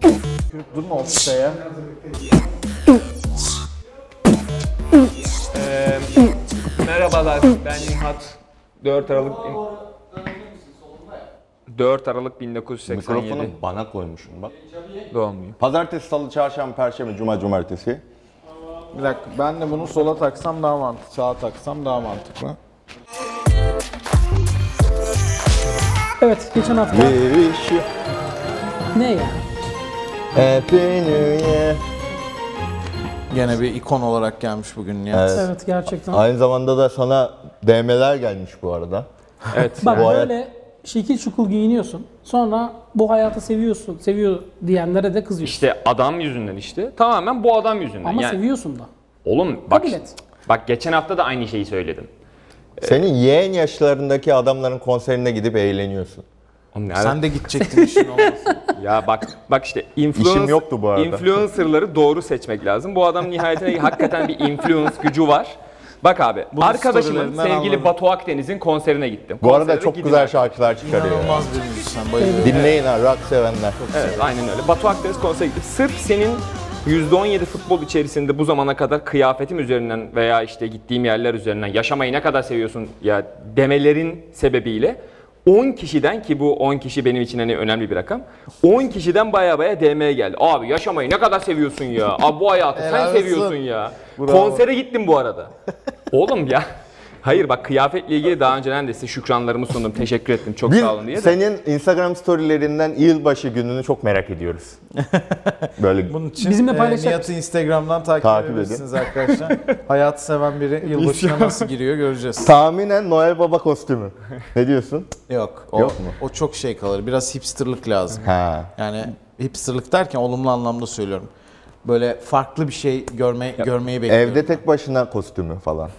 tükürüp durma ofiseye. Ee, merhabalar, ben Nihat. 4 Aralık... 4 Aralık 1987 Mikrofonu bana koymuşum bak. doğumluyum. Pazartesi, salı, çarşamba, perşembe, cuma, cumartesi. Bir dakika ben de bunu sola taksam daha mantıklı. Sağa taksam daha mantıklı. Evet geçen hafta We wish you ne ya? happy new year. Gene bir ikon olarak gelmiş bugün ya. Evet. Evet gerçekten. Aynı zamanda da sana DM'ler gelmiş bu arada. Evet. Bak Bu hayat- böyle şekil şukul giyiniyorsun. Sonra bu hayatı seviyorsun, seviyor diyenlere de kızıyorsun. İşte adam yüzünden işte. Tamamen bu adam yüzünden. Ama yani, seviyorsun da. Oğlum bak, Kabul et. bak geçen hafta da aynı şeyi söyledim. Senin yeğen yaşlarındaki adamların konserine gidip eğleniyorsun. Oğlum ne Sen de gidecektin işin olmasın. Ya bak bak işte influence, İşim yoktu bu arada. influencerları doğru seçmek lazım. Bu adam nihayetinde hakikaten bir influence gücü var. Bak abi Bunu arkadaşımın storylerinden sevgili anladım. Batu Akdeniz'in konserine gittim. Bu arada Konsere çok gidin güzel abi. şarkılar çıkarıyor. İnanılmaz bir müzisyen bayılıyorum. Dinleyin ha rock sevenler. Evet aynen öyle. Batu Akdeniz konsere gittim. Sırf senin %17 futbol içerisinde bu zamana kadar kıyafetim üzerinden veya işte gittiğim yerler üzerinden yaşamayı ne kadar seviyorsun ya demelerin sebebiyle 10 kişiden ki bu 10 kişi benim için hani önemli bir rakam. 10 kişiden baya baya DM'ye geldi. Abi yaşamayı ne kadar seviyorsun ya. Abi bu hayatı sen Helal seviyorsun olsun. ya. Konsere gittim bu arada. Oğlum ya. Hayır bak kıyafetle ilgili daha önceden de size şükranlarımı sundum. Teşekkür ettim. Çok Biz sağ olun diye de. senin Instagram storylerinden yılbaşı gününü çok merak ediyoruz. Böyle Bunun için Bizimle e, paylaşacak Nihat'ı Instagram'dan takip, Takip edebilirsiniz arkadaşlar. Hayatı seven biri yılbaşına nasıl giriyor göreceğiz. tahminen Noel Baba kostümü. Ne diyorsun? Yok. O, Yok mu? o çok şey kalır. Biraz hipsterlık lazım. Ha. Yani hipsterlık derken olumlu anlamda söylüyorum. Böyle farklı bir şey görme, görmeyi bekliyorum. Evde tek başına kostümü falan.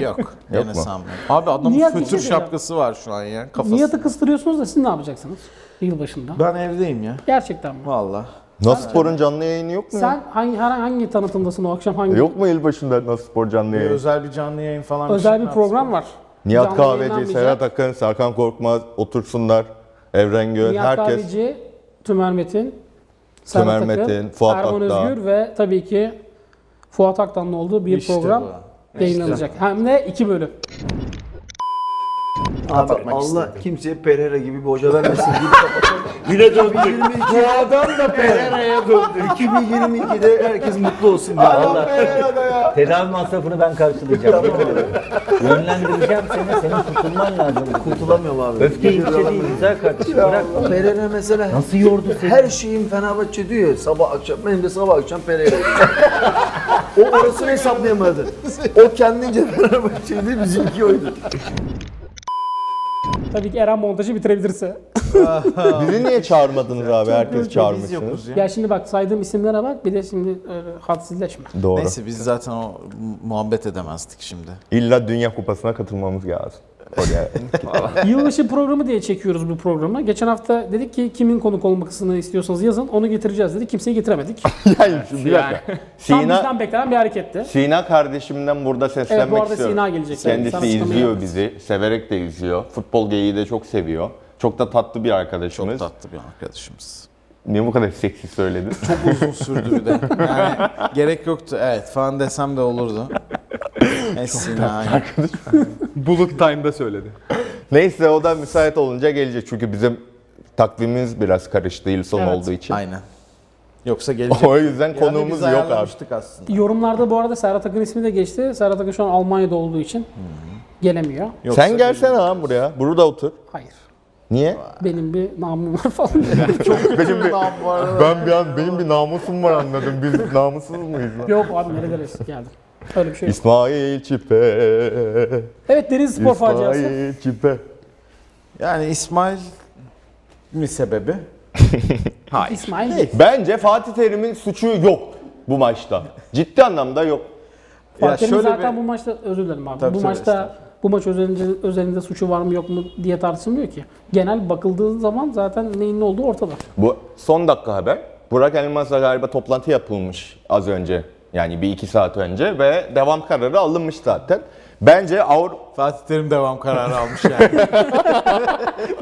Yok. Gene mu? sanmıyorum. Abi adamın Nihat bir şey fütür diyeceğim. şapkası var şu an ya. Kafası. Nihat'ı kıstırıyorsunuz da siz ne yapacaksınız yılbaşında? Ben evdeyim ya. Gerçekten mi? Vallahi. Naspor'un canlı yayını yok mu? ya? Sen hangi her- hangi tanıtımdasın o akşam hangi? Yok mu yılbaşında Naspor canlı yayını? Özel bir canlı yayın falan. Özel şey bir program var. Nihat Canlı Kahveci, yayınlanmayacak. Serhat Akın, Serkan Korkmaz, Otursunlar, Evren Göğen, Nihat herkes. Kahveci, Tümer Metin, Serhat Tümer Akın, Metin, Fuat Erman Akdağ. Özgür ve tabii ki Fuat Aktan'la olduğu bir İşte program yayınlanacak. Hem de iki bölüm. Abi Allah kimseye Pereira gibi bir hoca vermesin. Gibi kapatalım. Yine döndük. Bu adam da Pereira'ya döndü. 2022'de herkes mutlu olsun. Ya, Allah. Tedavi masrafını ben karşılayacağım. Yönlendireceğim seni, senin kurtulman lazım. Kurtulamıyorum abi. Öfke hiçbir şey değil, güzel kardeşim. Bırak. Pereira mesela Nasıl yordu seni? her şeyim Fenerbahçe diyor ya, sabah akşam. Benim de sabah akşam Pereira. o orasını hesaplayamadı. O kendince Fenerbahçe'ydi bizimki oydu. Tabii ki Eren montajı bitirebilirse. Bizi niye çağırmadınız abi? Herkes Biz çağırmışsınız. yokuz ya. ya şimdi bak saydığım isimlere bak bir de şimdi öyle hadsizleşme. Doğru. Neyse biz zaten o mu- muhabbet edemezdik şimdi. İlla Dünya Kupası'na katılmamız lazım. Oraya. Yılbaşı programı diye çekiyoruz bu programı. Geçen hafta dedik ki kimin konuk olmasını istiyorsanız yazın onu getireceğiz dedi. Kimseyi getiremedik. yani şu bir dakika. Tam Sina, bizden beklenen bir hareketti. Sina kardeşimden burada seslenmek Evet, bu arada istiyorum. Sina gelecek. Evet, sana Kendisi açıklamayı izliyor yaptı. bizi. Severek de izliyor. Futbol geyiği de çok seviyor. Çok da tatlı bir Çok arkadaşımız. tatlı bir arkadaşımız. Niye bu kadar seksi söyledin? Uzun sürdü bir de. Yani gerek yoktu. Evet falan desem de olurdu. Esina. Bullet Time'da söyledi. Neyse o da müsait olunca gelecek. Çünkü bizim takvimimiz biraz karıştı yıl sonu Evet. olduğu için. Aynen. Yoksa gelecek. O yüzden konuğumuz yok abi. abi. aslında. Yorumlarda bu arada Serhat Akın ismi de geçti. Serhat Akın şu an Almanya'da olduğu için gelemiyor. Yoksa Sen gelsene abi buraya. Burada otur. Hayır. Niye? Benim bir namım var falan. benim bir, ben bir an benim bir namusum var anladım. Biz namussuz muyuz lan? Yok abi nerelere geldim. Öyle bir şey yok. İsmail Çipe. Evet Deniz Spor faciası. İsmail Çipe. Yani İsmail mi sebebi? Hayır. İsmail Bey. Bence Fatih Terim'in suçu yok bu maçta. Ciddi anlamda yok. Fatih Terim'in şöyle zaten bir- bu maçta özür dilerim abi. Tabii, bu tabii, maçta bu maç özelinde, özelinde suçu var mı yok mu diye tartışılmıyor ki. Genel bakıldığı zaman zaten neyin ne olduğu ortada. Bu son dakika haber. Burak Elmas'la galiba toplantı yapılmış az önce. Yani bir iki saat önce ve devam kararı alınmış zaten. Bence Avru- Fatih Terim devam kararı almış yani.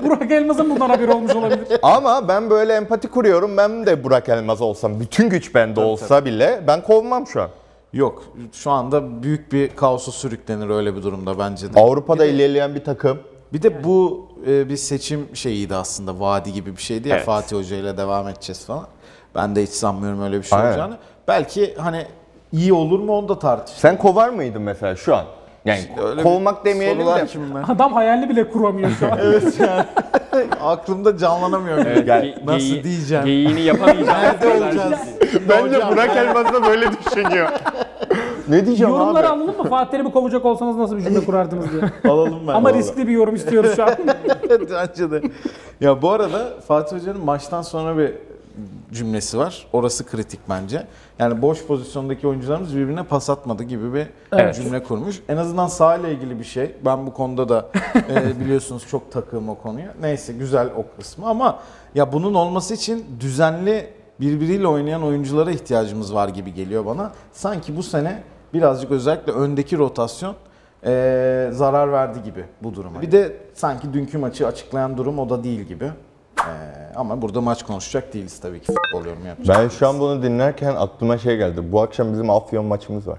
Burak Elmas'ın bundan haberi olmuş olabilir. Ama ben böyle empati kuruyorum. Ben de Burak Elmaz olsam, bütün güç bende olsa bile ben kovmam şu an. Yok şu anda büyük bir kaosa sürüklenir öyle bir durumda bence de. Avrupa'da ilerleyen bir takım. Bir de bu e, bir seçim şeyiydi aslında vadi gibi bir şeydi ya Evet. Fatih Hoca ile devam edeceğiz falan. Ben de hiç sanmıyorum öyle bir şey Aynen. olacağını. Belki hani iyi olur mu onu da tartış. Sen kovar mıydın mesela şu an? Yani Öyle bir kovmak demeyelim sorular de. kim ben? Adam hayalini bile kuramıyor şu an. Aklımda canlanamıyor. Evet, Gel. ge- Nasıl geyi- diyeceğim? Geyiğini yapamayacağım. Nerede olacağız? Bence Burak Elmaz da böyle düşünüyor. ne diyeceğim Yorumları abi? anladın mı? Fatih Terim'i kovacak olsanız nasıl bir cümle kurardınız diye. Alalım ben. Ama Vallahi. riskli bir yorum istiyoruz şu an. Evet, Bence de. Ya bu arada Fatih Hoca'nın maçtan sonra bir cümlesi var. Orası kritik bence. Yani boş pozisyondaki oyuncularımız birbirine pas atmadı gibi bir Evet. cümle kurmuş. En azından saha ile ilgili bir şey. Ben bu konuda da e, biliyorsunuz çok takığım o konuya. Neyse güzel o kısmı ama ya bunun olması için düzenli birbiriyle oynayan oyunculara ihtiyacımız var gibi geliyor bana. Sanki bu sene birazcık özellikle öndeki rotasyon ee, zarar verdi gibi bu duruma. Bir de sanki dünkü maçı açıklayan durum o da değil gibi. Ee, ama burada maç konuşacak değiliz tabii ki futbol yorumu yapacak. Ben şu an bunu dinlerken aklıma şey geldi. Bu akşam bizim Afyon maçımız var.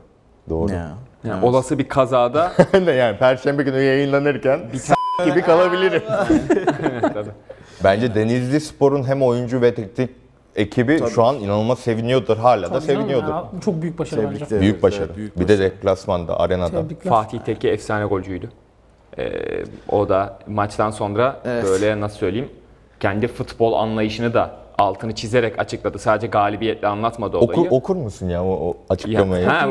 Doğru. Ya. Yani Olası bir kazada Ben de yani perşembe günü yayınlanırken s- gibi kalabilirim. Tabii. Bence Denizli Spor'un hem oyuncu ve teknik ekibi şu an inanılmaz seviniyordur. Hala da seviniyordur. Ya, Çok büyük başarı Tebrik bence. ederiz. Büyük başarı. Evet, büyük bir de deplasmanda, arenada. Tebrikler. Fatih Tekke efsane golcüydü. Ee, o da maçtan sonra Evet. böyle nasıl söyleyeyim kendi futbol anlayışını da altını çizerek açıkladı. Sadece galibiyetle anlatmadı olayı. Okur, okur musun ya o, o açıklamayı? Ya- Ha,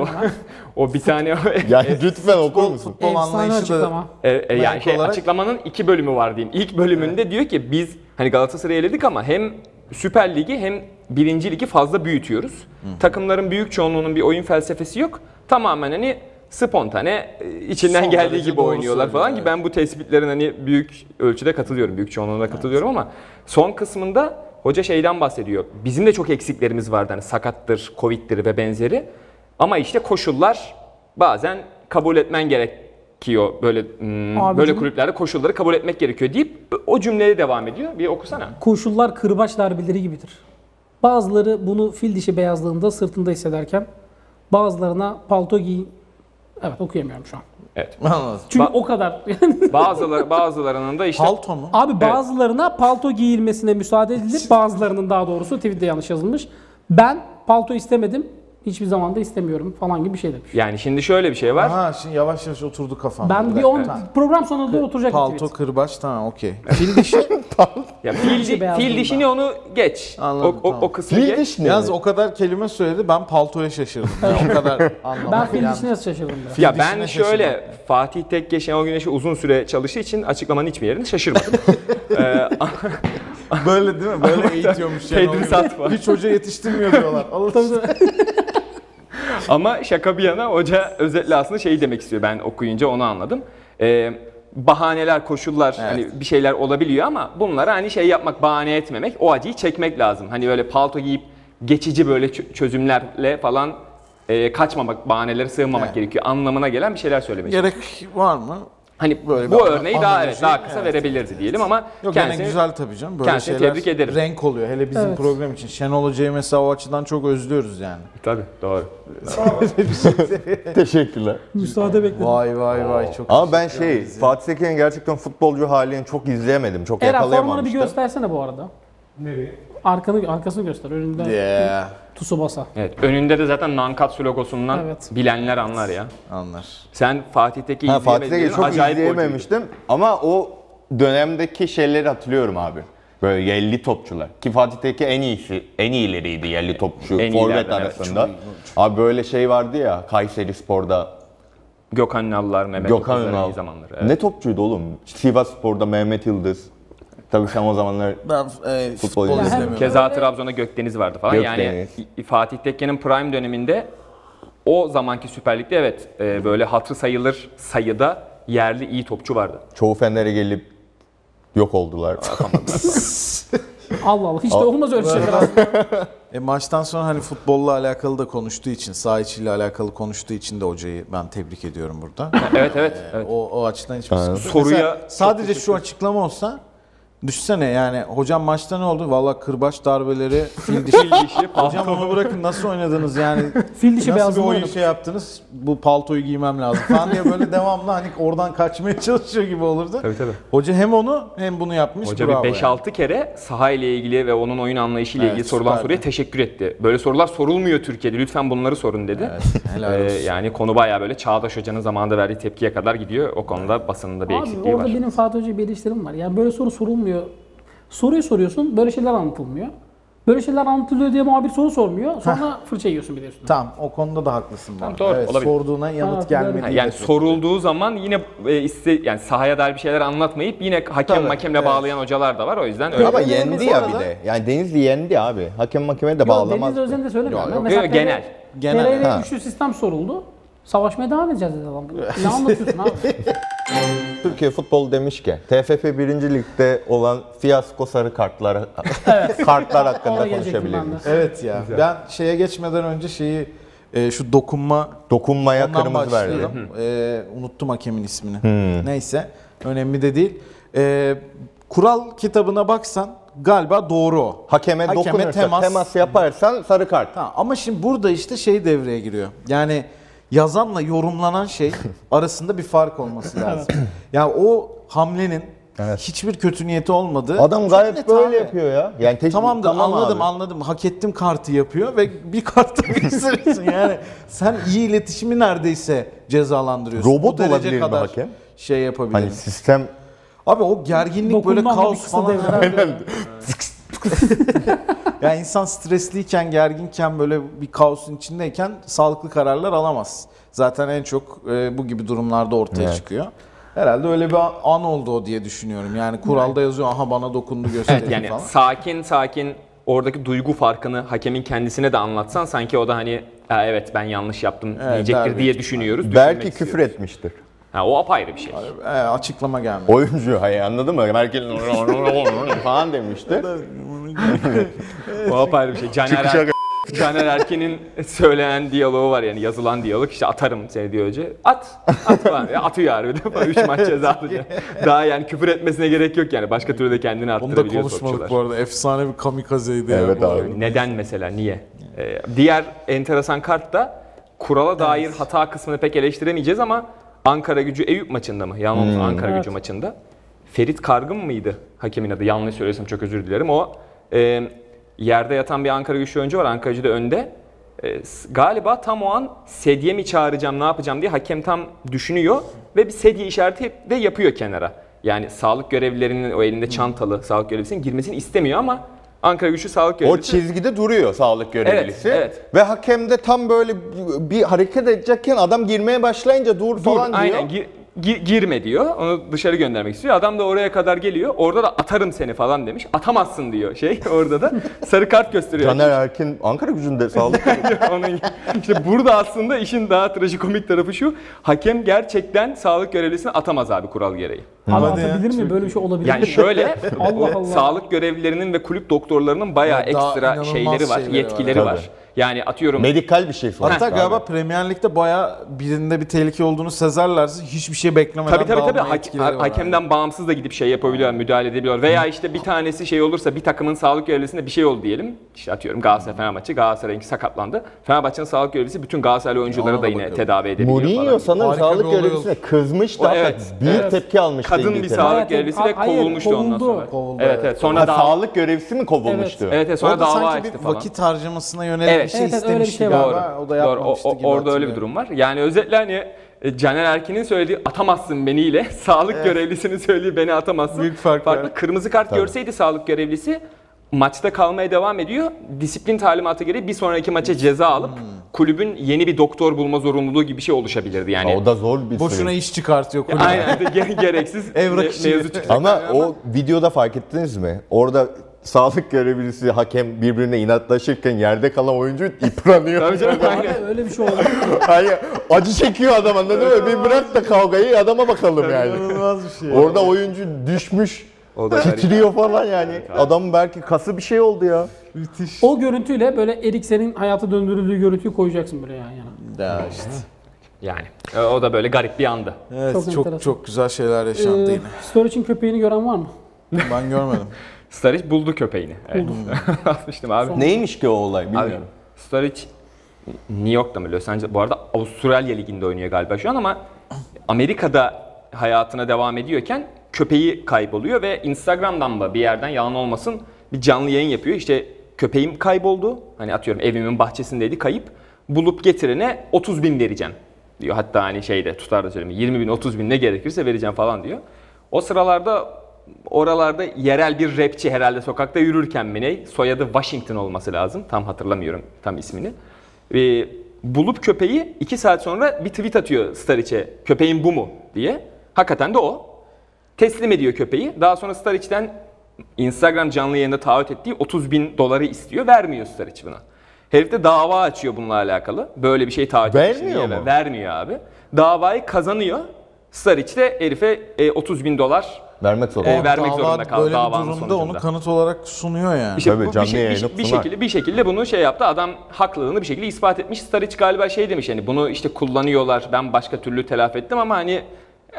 o, o bir tane o- yani lütfen okur musun? Futbol Efsane anlayışı da açıklama. E, e, yani şey, olarak- açıklamanın iki bölümü var diyeyim. İlk bölümünde diyor ki biz hani Galatasaray'ı eledik ama hem Süper Ligi hem Birinci Ligi fazla büyütüyoruz. Takımların büyük çoğunluğunun bir oyun felsefesi yok. Tamamen hani spontane e, içinden Son geldiği derece gibi doğru oynuyorlar falan söylüyor, ki ben bu tespitlerin hani büyük ölçüde katılıyorum. Büyük çoğunluğuna katılıyorum ama son kısmında hoca şeyden bahsediyor. Bizim de çok eksiklerimiz vardı hani sakattır, covid'dir ve benzeri. Ama işte koşullar bazen kabul etmen gerekiyor böyle hmm, Abicim. böyle kulüplerde koşulları kabul etmek gerekiyor deyip o cümleye devam ediyor. Bir okusana. Koşullar kırbaç darbeleri gibidir. Bazıları bunu fil dişi beyazlığında sırtında hissederken bazılarına palto giyin. Evet okuyamıyorum şu an. Anladım. Çünkü Ba- o kadar. Yani Bazıları bazılarının da işte Palto mu? Abi bazılarına palto giyilmesine müsaade edilip bazılarının daha doğrusu tweette yanlış yazılmış. Ben palto istemedim. Hiçbir zaman da istemiyorum falan gibi bir şey demiş. yani şimdi şöyle bir şey var. Ha şimdi yavaş yavaş oturdu kafamda. Ben bir dakika. 10 program sonunda olacak bir Palto tweet. kırbaç tamam okey. Fil dişi. Ya fil, di- beyazlığında. fil dişini onu geç. Anladım, o, o, tamam. o kısmı Fil geç. diş ne? Yalnız o kadar kelime söyledi ben paltoya şaşırdım. Yani o kadar anlamadım. Ben fil Yani dişine şaşırdım biraz. Ya dişine ben şaşırdım. şöyle Fatih Tekke Şenol Güneş'i uzun süre çalıştığı için açıklamanın hiçbir yerini şaşırmadım. Böyle değil mi? Böyle eğitiyormuş yani. Tedrisat var. Hiç hoca yetiştirmiyor diyorlar. Allah'ım. Ama şaka bir yana hoca özetle aslında şeyi demek istiyor. Ben okuyunca onu anladım. Ee, bahaneler, koşullar hani bir şeyler olabiliyor ama bunlara hani şey yapmak, bahane etmemek, o acıyı çekmek lazım. Hani böyle palto giyip geçici böyle çö- çözümlerle falan e, kaçmamak, bahanelere sığınmamak Evet. gerekiyor anlamına gelen bir şeyler söylemek. Gerek var mı? Hani Böyle bu bir örneği daha analoji, evet daha kısa evet, verebilirdi diyelim ama Yok kendisi gene güzel tabii canım. Böyle kendisini şeyler tebrik ederim. renk oluyor. Hele bizim Evet. program için. Şenol Hoca'yı mesela o açıdan çok özlüyoruz yani. tabii doğru. Teşekkürler. Müsaade bekledim. Vay vay vay çok Ama ben şey, Fatih Tekin'in gerçekten futbolcu halini çok izleyemedim. Çok Era formanı bir yakalayamamıştım. göstersene bu arada. Nereye? Arkanı, arkasını göster. Önünde Yeah. tusu basa. Evet önünde de zaten Nankatsu logosundan Evet. bilenler anlar ya. Anlar. Sen Fatih'teki Ha, Fatih Tekin'i izleyemediğin çok acayip golcüydü. izleyememiştim. Ama o dönemdeki şeyleri hatırlıyorum abi. Böyle yerli topçular. Ki Fatih Tekin en iyisi, en iyileriydi yerli topçu En forvet iyilerden, evet. arasında. Abi böyle şey vardı ya Kayseri Spor'da Gökhan Nallar, Mehmet Gökhan Okuzlar'ın Ünal. iyi zamanları. evet. Ne topçuydu oğlum? Sivas Spor'da Mehmet Yıldız. Tabii sen o zamanlar Ben e, futbol izlemiyorum. izlemiyorum. Keza Trabzon'da Gökdeniz vardı falan. Yani Gökdeniz. İ- Fatih Tekke'nin prime döneminde o zamanki Süper Lig'de evet e, böyle hatırı sayılır sayıda yerli iyi topçu vardı. çoğu Fener'e gelip yok oldular. Allah Allah. Hiç de olmaz öyle şeyler aslında. E maçtan sonra hani futbolla alakalı da konuştuğu için, saha içiyle alakalı konuştuğu için de hocayı ben tebrik ediyorum burada. Evet evet. E, evet. O, o açıdan hiçbir sıkıntı yok. Soruya Mesela çok sadece şu açıklama olsa Düşsene yani hocam maçta ne oldu? Valla kırbaç darbeleri, fil dişi. İşi hocam onu bırakın nasıl oynadınız yani? Fil dişi Nasıl bir beyazlığını oyun oynadım. şey yaptınız? Bu paltoyu giymem lazım falan diye böyle devamlı hani oradan kaçmaya çalışıyor gibi olurdu. Tabii, tabii. Hoca hem onu hem bunu yapmış. Hoca bir bravo 5-6 yani. kere saha ile ilgili ve onun oyun anlayışıyla Evet, ilgili sorulan süperdi. soruya teşekkür etti. Böyle sorular sorulmuyor Türkiye'de. Lütfen bunları sorun dedi. Helal Ee, olsun. yani konu bayağı böyle Çağdaş Hoca'nın zamanında verdiği tepkiye kadar gidiyor. O konuda basınında bir Abi eksikliği orada var. benim Fatih Hoca'ya bir eleştirim var. Yani böyle soru sorulmuyor. Soruyu soruyorsun, böyle şeyler anlatılmıyor. Böyle şeyler anlatılıyor diye muhabir soru sormuyor. Sonra fırça yiyorsun bir de üstüne. Tamam o konuda da haklısın. bu Tamam, arada. doğru, evet, olabilir. Sorduğuna yanıt Ha, gelmedi. doğru. Ha, Yani sorulduğu zaman yine e, iste, yani sahaya dair bir şeyler anlatmayıp yine hakem Tabii, makemle evet. bağlayan hocalar da var. O yüzden öyle. Ama Denizli yendi bu ya arada- bir de. Yani Denizli yendi abi. Hakem mahkemeye de Yok, bağlamaz. Deniz Özen'i de Yok, söylemiyorum. yok. Ben mesela Yok, genel. TR Genel, TR 'ye ha. üçlü sistem soruldu. Savaşmaya devam edeceğiz dedi adam. Ne anlatıyorsun abi? Türkiye futbolu demiş ki TFF 1. Lig'de olan fiyasko sarı kartlar kartlar hakkında Oraya gelecektim ben de. konuşabiliriz. Evet ya. Ben şeye geçmeden önce şeyi e, şu dokunma Dokunmaya Ondan kırmızı verdi. başlayalım. Ee, unuttum hakemin ismini. Neyse. Önemli de değil. Ee, kural kitabına baksan galiba doğru o. Hakeme, dokunursa temas. temas. yaparsan sarı kart. Ha, ama şimdi burada işte şey devreye giriyor. Yani yazanla yorumlanan şey arasında bir fark olması lazım. yani o hamlenin hiçbir kötü niyeti olmadığı Adam çok gayet net böyle abi. yapıyor ya. Yani tek- Tamam da anladım abi. anladım. Hak ettim kartı yapıyor ve bir kartta bitirirsin. yani sen iyi iletişimi neredeyse cezalandırıyorsun. Robot Bu derece olabilir mi hakem? Şey yapabilirim. Hani sistem Abi o gerginlik böyle Dokunma kaos kısa falan. devre. herhalde. yani insan stresliyken, gerginken böyle bir kaosun içindeyken sağlıklı kararlar alamaz. Zaten en çok e, bu gibi durumlarda ortaya çıkıyor. Herhalde öyle bir an oldu o diye düşünüyorum. Yani kuralda yazıyor aha bana dokundu gösterdi Yani falan. sakin sakin oradaki duygu farkını hakemin kendisine de anlatsan sanki o da hani "Ha, evet ben yanlış yaptım Evet, der diyecektir diye büyük düşünüyoruz. düşünmek belki küfür istiyoruz. etmiştir. Ha, o apayrı bir şey. E, açıklama gelmedi. Oyuncu hani anladın mı? Merkel falan demişti. O apayrı bir şey. Caner, Er- Caner Erkin'in söylenen diyaloğu var yani yazılan diyalog. İşte atarım seni diyor hoca. At. At falan. Ya Atıyor harbiden. 3 maç ceza alacak. Daha yani küfür etmesine gerek yok yani. Başka türlü de kendini Onu da attırabiliyor konuşmadık bu topçular. arada. Efsane bir kamikazeydi. ya Evet bu abi. arada. Neden mesela? Niye? Ee, diğer enteresan kart da kurala dair hata kısmını pek eleştiremeyeceğiz ama Ankara gücü Eyüp maçında mı? Yanlış Ankara gücü maçında. Ferit Kargın mıydı hakemin adı? Yanlış söylesem çok özür dilerim. O e, yerde yatan bir Ankara gücü oyuncu var. Ankara gücü de önde. E, s- galiba tam o an sedye mi çağıracağım ne yapacağım diye hakem tam düşünüyor ve bir sedye işareti de yapıyor kenara. Yani sağlık görevlilerinin o elinde çantalı sağlık görevlisinin girmesini istemiyor ama Ankara güçlü sağlık O görevlisi çizgide duruyor sağlık görevlisi. Evet, evet. Ve hakem de tam böyle bir hareket edecekken adam girmeye başlayınca dur, Dur, falan diyor. aynen gir- gi- girme diyor. Onu dışarı göndermek istiyor. Adam da oraya kadar geliyor. Orada da atarım seni falan demiş. Atamazsın diyor şey orada da. Sarı kart gösteriyor. Caner Erkin Ankara gücünde sağlık. Onun gibi. işte burada aslında işin daha trajikomik tarafı şu. Hakem gerçekten sağlık görevlisini atamaz abi kural gereği. Abi Hadi ya, atabilir mi? Böyle bir şey olabilir mi? Yani şöyle Allah Allah. sağlık görevlilerinin ve kulüp doktorlarının bayağı Ya daha ekstra inanılmaz şeyleri var, şeyleri var. yetkileri var. Tabii. Yani atıyorum Medikal bir şey sonuçta. Hatta abi. galiba Premier Lig'de baya birinde bir tehlike olduğunu sezerlerse hiçbir şey beklemeden Tabii tabii tabii dağılma Hak- etkileri var. hakemden bağımsız da gidip şey yapabiliyor, müdahale edebiliyor. Veya işte bir tanesi şey olursa bir takımın sağlık görevlisinde bir şey oldu diyelim. İşte atıyorum Galatasaray Fenerbahçe, maçı Galatasaray'ınki sakatlandı. Fenerbahçe'nin sağlık görevlisi bütün Galatasaray oyuncuları Ona da da yine bakalım. tedavi edebiliyor Mourinho falan. sanırım Harika bir sağlık olay görevlisine kızmış O, da evet, büyük tepki almıştı Kadın bir İngiltere. sağlık Evet, görevlisi ha- de hayır, kovulmuştu ondan kovuldu. sonra. Kovuldu, evet evet. Sonra Ha, dava sağlık görevlisi mi kovulmuştu? Evet evet sonra Orada dava sanki bir açtı falan. vakit harcırmasına yönelik Evet. bir şey Evet, evet, öyle bir istemişti şey var. galiba. O da yapmamıştı O- o- gibi Orada öyle bir hatırlıyorum. durum var. Yani özetle hani e, Caner Erkin'in söylediği atamazsın beni ile sağlık görevlisinin söylediği beni atamazsın. Büyük fark Farklı. var. Kırmızı kart görseydi sağlık görevlisi maçta kalmaya devam ediyor. Disiplin talimatı gereği bir sonraki maça ceza alıp Hmm. kulübün yeni bir doktor bulma zorunluluğu gibi bir şey oluşabilirdi yani. O da zor bir Boşuna süreç. iş çıkartıyor kulüp. Aynen ge- gereksiz Evrak me- işi. mevzu çıktı. Ama o videoda fark ettiniz mi? Orada sağlık görevlisi hakem birbirine inatlaşırken yerde kalan oyuncu Tabii yıpranıyor. canım, aynen. Abi öyle bir şey olabilir mi? Hayır, acı çekiyor adam anladın mı? Bir bırak da kavgayı adama bakalım yani. İnanılmaz bir şey. Orada oyuncu düşmüş. O da garip. Titriyor falan yani. Adam belki kası bir şey oldu ya. O görüntüyle böyle Eriksen'in hayata döndürüldüğü görüntüyü koyacaksın böyle yan yana. Ya işte. Yani e, o da böyle garip bir andı. Evet Çok çok enteresan. çok, güzel şeyler yaşandı Ee, yine. Sturridge'in köpeğini gören var mı? Ben görmedim. Sturridge buldu köpeğini. Evet. Atmıştım abi. Neymiş ki o olay Abi, bilmiyorum. Sturridge New York'ta mı Los Angeles? Bu arada Avustralya Ligi'nde oynuyor galiba şu an ama Amerika'da hayatına devam ediyorken köpeği kayboluyor ve Instagram'dan mı bir yerden yalan olmasın bir canlı yayın yapıyor. İşte köpeğim kayboldu. Hani atıyorum evimin bahçesindeydi kayıp. Bulup getirene 30 bin vereceğim diyor. Hatta hani şeyde tutar da söyleyeyim 20 bin 30 bin ne gerekirse vereceğim falan diyor. O sıralarda Oralarda yerel bir rapçi herhalde sokakta yürürken mi ne? Soyadı Washington olması lazım. Tam hatırlamıyorum tam ismini. Ee, bulup köpeği 2 saat sonra bir tweet atıyor Staric'e. Köpeğin bu mu diye. Hakikaten de o. Teslim ediyor köpeği. Daha sonra Staric'den Instagram canlı yayında taahhüt ettiği 30 bin doları istiyor. Vermiyor Staric buna. Herif de dava açıyor bununla alakalı. Böyle bir şey taahhüt etmiş Vermiyor diye ve- mu? Vermiyor abi. Davayı kazanıyor. Staric de herife e, 30 bin dolar Vermek zorunda. Ee, vermek Dava zorunda kaldı Böyle bir davanın durumda sonucunda. onu kanıt olarak sunuyor yani. İşte Tabii, bu canlı bir, şey- bir, yayını bir sunar. şekilde bir şekilde bunu şey yaptı. Adam haklılığını bir şekilde ispat etmiş. Staric galiba şey demiş hani bunu işte kullanıyorlar. Ben başka türlü telafi ettim ama hani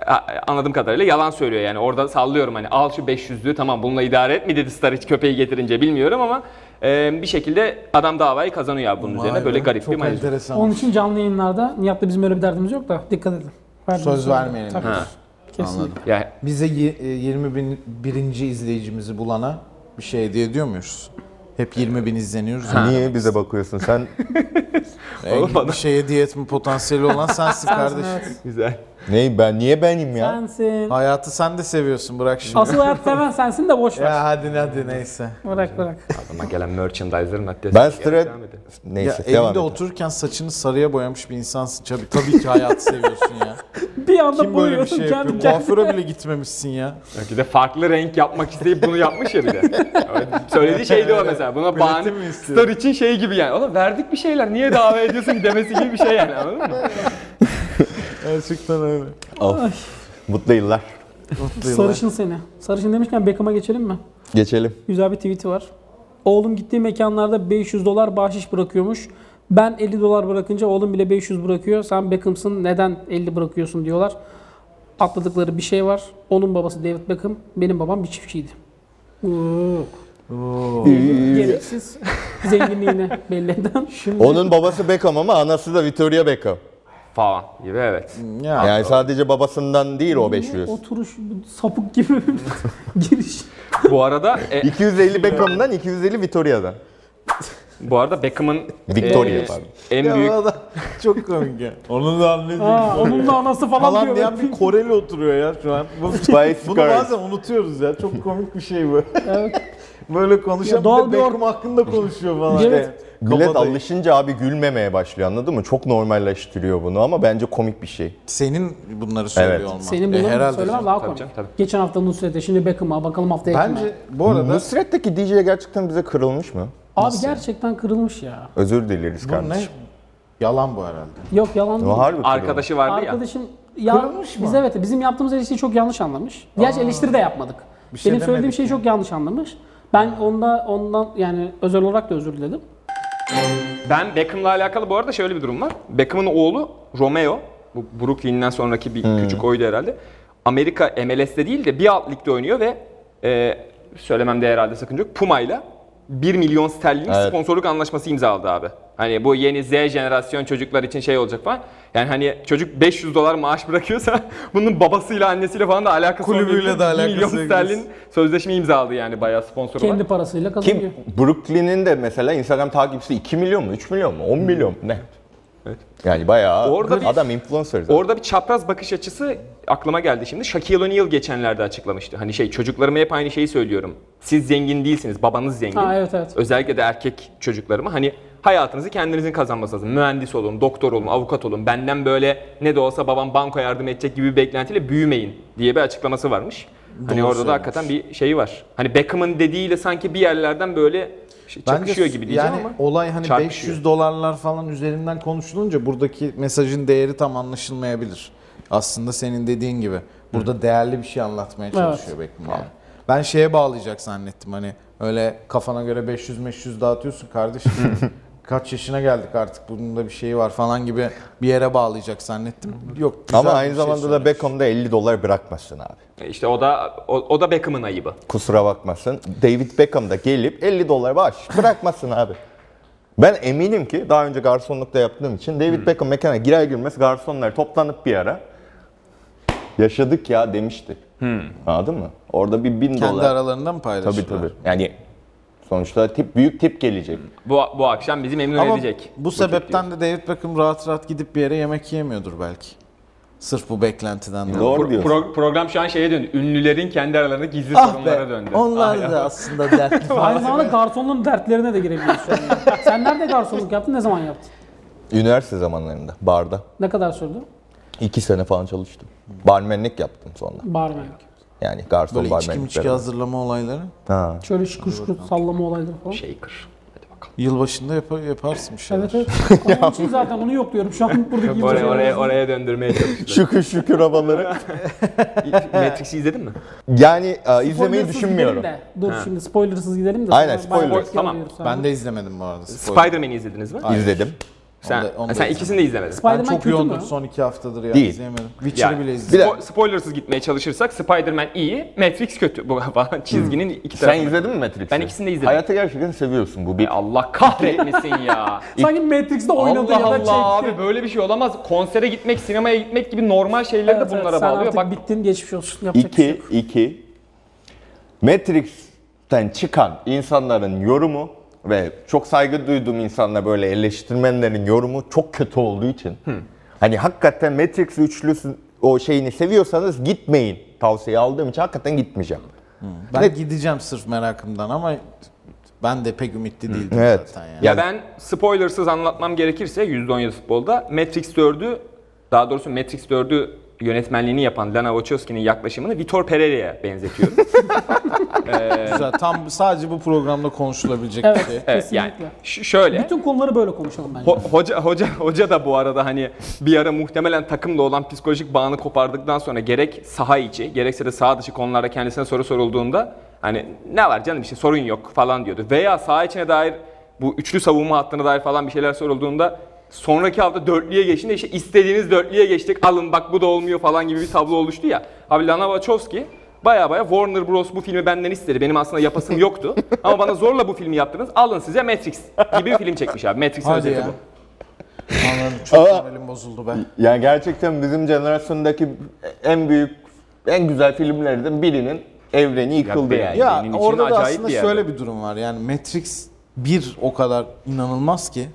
a- anladığım kadarıyla yalan söylüyor yani. Orada sallıyorum hani al şu 500'lü tamam bununla idare et mi dedi Staric köpeği getirince bilmiyorum ama e, bir şekilde adam davayı kazanıyor abi bunun üzerine. Vay Böyle be, garip çok bir mevzu. enteresan. Onun için canlı yayınlarda Nihat'la bizim öyle bir derdimiz yok da dikkat edin. Verdiğimiz Söz sözler. vermeyelim. Tabii. Ha. Kesinlikle. Yani Bize y- e, 20 bin birinci izleyicimizi bulana bir şey hediye ediyor muyuz? Hep 20 bin izleniyoruz. ya. Niye bize bakıyorsun sen? En Olmadı. bir şey hediye etme potansiyeli olan sensin kardeşim. güzel. Ney ben niye benim ya? Sensin. Hayatı sen de seviyorsun bırak şimdi. Asıl hayat seven sensin de boş ver. ya hadi hadi neyse. Bırak bırak. Ama gelen merchandiser'ın adresi. Ben straight... Devam edelim. Ya Neyse devam evinde et. otururken saçını sarıya boyamış bir insansın tabii. Tabii ki hayatı seviyorsun ya. Bir anda Kim böyle bir boyuyorsun şey kendi yapıyor? kendine. Kuaföre bile gitmemişsin ya. Belki de farklı renk yapmak isteyip bunu yapmış ya bir de. Öyle Söylediği şey de o mesela. Buna Platin bahane, mi istiyor? star için şey gibi yani. Oğlum verdik bir şeyler niye dava ediyorsun ki demesi gibi bir şey yani anladın mı? Gerçekten öyle. Mutlu yıllar. Mutlu yıllar. Sarışın seni. Sarışın demişken Beckham'a geçelim mi? Geçelim. Güzel bir tweet'i var. Oğlum gittiği mekanlarda 500 dolar bahşiş bırakıyormuş. Ben 50 dolar bırakınca oğlum bile 500 bırakıyor. Sen Beckham'sın neden 50 bırakıyorsun diyorlar. Atladıkları bir şey var. Onun babası David Beckham, benim babam bir çiftçiydi. Oo. Gereksiz zenginliğine belli eden. Onun babası Beckham ama anası da Victoria Beckham. Falan gibi evet. Ya. Yani sadece babasından değil o 500. Oturuş sapık gibi bir giriş. Bu arada e, 250 Beckham'dan 250 Victoria'dan. bu arada Beckham'ın Victoria e, pardon. en Ya büyük bu adam çok komik ya. Onu da anladım. Aa, onun da anası falan, Falan diyor. diyen bir Koreli oturuyor ya şu an. Bu- Spice Bunu Girls. bazen unutuyoruz ya. Çok komik bir şey bu. Evet. Böyle konuşan Ya doğal bir de bir or- Beckham hakkında konuşuyor falan. Evet. Millet Kabadayı. alışınca abi gülmemeye başlıyor anladın mı? Çok normalleştiriyor bunu ama bence komik bir şey. Senin bunları söylüyor Evet. olman. Senin E, bunu herhalde söylemem canım. daha Tabii komik. canım, tabii. Geçen hafta Nusret'e şimdi Beckham'a bakalım haftaya kime? Bence bu arada Nusret'teki DJ gerçekten bize kırılmış mı? Abi gerçekten kırılmış ya. Özür bu dileriz ne? kardeşim. Yalan bu herhalde. Yok yalan değil. Bu harbi kırılmış. arkadaşı vardı ya. Arkadaşım ya Kırılmış mı? biz evet bizim yaptığımız eleştiriyi çok yanlış anlamış. Gerçi eleştiri de yapmadık. Bir şey Benim söylediğim demedik şeyi çok yanlış anlamış. Ben onda ondan yani özel olarak da özür diledim. Ben Beckham'la alakalı bu arada şöyle bir durum var. Beckham'ın oğlu Romeo, bu Brooklyn'den sonraki bir Hmm. küçük oydu herhalde. Amerika MLS'de değil de bir alt ligde oynuyor ve e, söylememde herhalde sakınca yok. Puma'yla 1 milyon sterlinlik Evet. sponsorluk anlaşması imzaladı abi. Hani bu yeni Z jenerasyon çocuklar için şey olacak falan. Yani hani çocuk 500 dolar maaş bırakıyorsa bunun babasıyla annesiyle falan da alakası Kulübüyle olmayabilir. de 1 milyon alakası yok. sterlin sözleşme imzaladı yani bayağı sponsoru var. Kendi parasıyla kazanıyor. Kim? Brooklyn'in de mesela Instagram takipçisi 2 milyon mu? 3 milyon mu? 10 milyon mu? Ne? Evet. Yani bayağı Orada bir- adam influencer zaten. Orada bir çapraz bakış açısı aklıma geldi şimdi. Shaquille O'Neal geçenlerde açıklamıştı. Hani şey çocuklarıma hep aynı şeyi söylüyorum. Siz zengin değilsiniz, babanız zengin. Ha, evet, evet. Özellikle de erkek çocuklarıma hani hayatınızı kendinizin kazanması lazım. Mühendis olun, doktor olun, avukat olun. Benden böyle ne de olsa babam banka yardım edecek gibi bir beklentiyle büyümeyin diye bir açıklaması varmış. hani orada da söylemiş. hakikaten bir şey var. Hani Beckham'ın dediğiyle sanki bir yerlerden böyle şey çakışıyor gibi diyeceğim yani ama. olay hani çarpışıyor. 500 dolarlar falan üzerinden konuşulunca buradaki mesajın değeri tam anlaşılmayabilir. Aslında senin dediğin gibi. Burada değerli bir şey anlatmaya çalışıyor Beckham yani. Ben şeye bağlayacak zannettim hani öyle kafana göre 500-500 dağıtıyorsun kardeşim. Kaç yaşına geldik artık bunun da bir şeyi var falan gibi bir yere bağlayacak zannettim. Yok güzel Ama bir aynı şey zamanda da söylemiş. Beckham'da 50 dolar bırakmasın abi. İşte E o da o, o da Beckham'ın ayıbı. Kusura bakmasın. David Beckham da gelip 50 dolar bağış bırakmasın abi. Ben eminim ki daha önce garsonlukta yaptığım için David Hmm. Beckham mekana girer girmez garsonlar toplanıp bir ara yaşadık ya demişti. Hmm. Anladın mı? Orada bir bin kendi dolar. aralarında mı paylaşıyorlar? Tabii tabii. Yani sonuçta tip büyük tip gelecek. Bu bu akşam bizi memnun Ama edecek. bu sebepten de David Beckham rahat rahat gidip bir yere yemek yiyemiyordur belki. Sırf bu beklentiden dolayı. Doğru diyorsun. Pro- program şu an şeye döndü. Ünlülerin kendi aralarında gizli sorunlara döndü. Onlar da aslında dertli Aynı zamanda garsonluğun dertlerine de girebiliyoruz şu an. yani. Sen nerede garsonluk yaptın? Ne zaman yaptın? Üniversite zamanlarında barda. Ne kadar sürdü? iki sene falan çalıştım. Barmenlik yaptım sonra. Barmenlik. Yani garson Böyle içki barmenlik. içki beraber. hazırlama olayları. Ha. Şöyle şıkır şıkır sallama olayları Şey- falan. Shaker. Hadi bakalım. Yılbaşında yapa- yaparsın bir şeyler. Evet evet. Onun için zaten onu yok diyorum. Şu an buradaki Oraya, oraya, oraya döndürmeye çalıştılar. Şükür şükür havaları. Matrix'i izledin mi? Yani e, izlemeyi Spoilersız düşünmüyorum. gidelim de. Dur şimdi spoilersız gidelim de. Aynen, sonra bayağı spoiler. tepki Tamam. alıyoruz. Ben de izlemedim bu arada. spoiler. Spider-Man'i izlediniz mi? İzledim. Sen, Onu da- onu da sen izlemedim. ikisini de izlemedin. Ben Spider-Man çok kötü yoğundum mü? son iki haftadır ya Değil. izleyemedim. Witcher'ı Yani. bile Bir izledim. de- Spo- spoilersız gitmeye çalışırsak Spider-Man iyi, Matrix kötü. Bu falan çizginin iki tarafı. Sen izledin mi Matrix'i? Ben ikisini de izledim. Hayatı gerçekten seviyorsun bu bir. Allah kahretmesin ya. Sanki Matrix'te oynadı Allah ya da Allah çekti. abi böyle bir şey olamaz. Konsere gitmek, sinemaya gitmek gibi normal şeyleri Evet, de evet, bunlara sen bağlıyor. artık Bak bittin geçmiş olsun. Yapacak bir şey yok. 2 2 Matrix'ten çıkan insanların yorumu ve çok saygı duyduğum insanla böyle eleştirmenlerin yorumu çok kötü olduğu için. Hani hakikaten Matrix üçlüsü o şeyini seviyorsanız gitmeyin. Tavsiye aldığım için hakikaten gitmeyeceğim. Ben gideceğim sırf merakımdan ama ben de pek ümitli değildim Evet. zaten yani. ya ben spoilersız anlatmam gerekirse %17 futbolda Matrix 4'ü daha doğrusu Matrix 4'ü yönetmenliğini yapan Lana Wachowski'nin yaklaşımını Vitor Pereira'ya benzetiyorum. Güzel. Tam sadece bu programda konuşulabilecek bir şey. Evet, evet, yani kesinlikle. ş- şöyle. Bütün konuları böyle konuşalım bence. Ho- hoca hoca hoca da bu arada hani bir ara muhtemelen takımla olan psikolojik bağını kopardıktan sonra gerek saha içi gerekse de saha dışı konularda kendisine soru sorulduğunda hani ne var canım işte sorun yok falan diyordu. Veya saha içine dair bu üçlü savunma hattına dair falan bir şeyler sorulduğunda sonraki hafta dörtlüye geçtiğinde işte istediğiniz dörtlüye geçtik alın bak bu da olmuyor falan gibi bir tablo oluştu ya. Abi Lana Wachowski baya baya Warner Bros bu filmi benden istedi. Benim aslında yapasım yoktu. Ama bana zorla bu filmi yaptınız. Alın size Matrix gibi bir film çekmiş abi. Matrix'in Hadi özeti ya. bu. Anladım. Çok moralim bozuldu ben. Yani gerçekten bizim jenerasyondaki en büyük, en güzel filmlerden birinin evreni yıkıldı be- yani. Ya Benim için orada da acayip aslında bir yer. şöyle bir durum var. Yani Matrix 1 o kadar inanılmaz ki.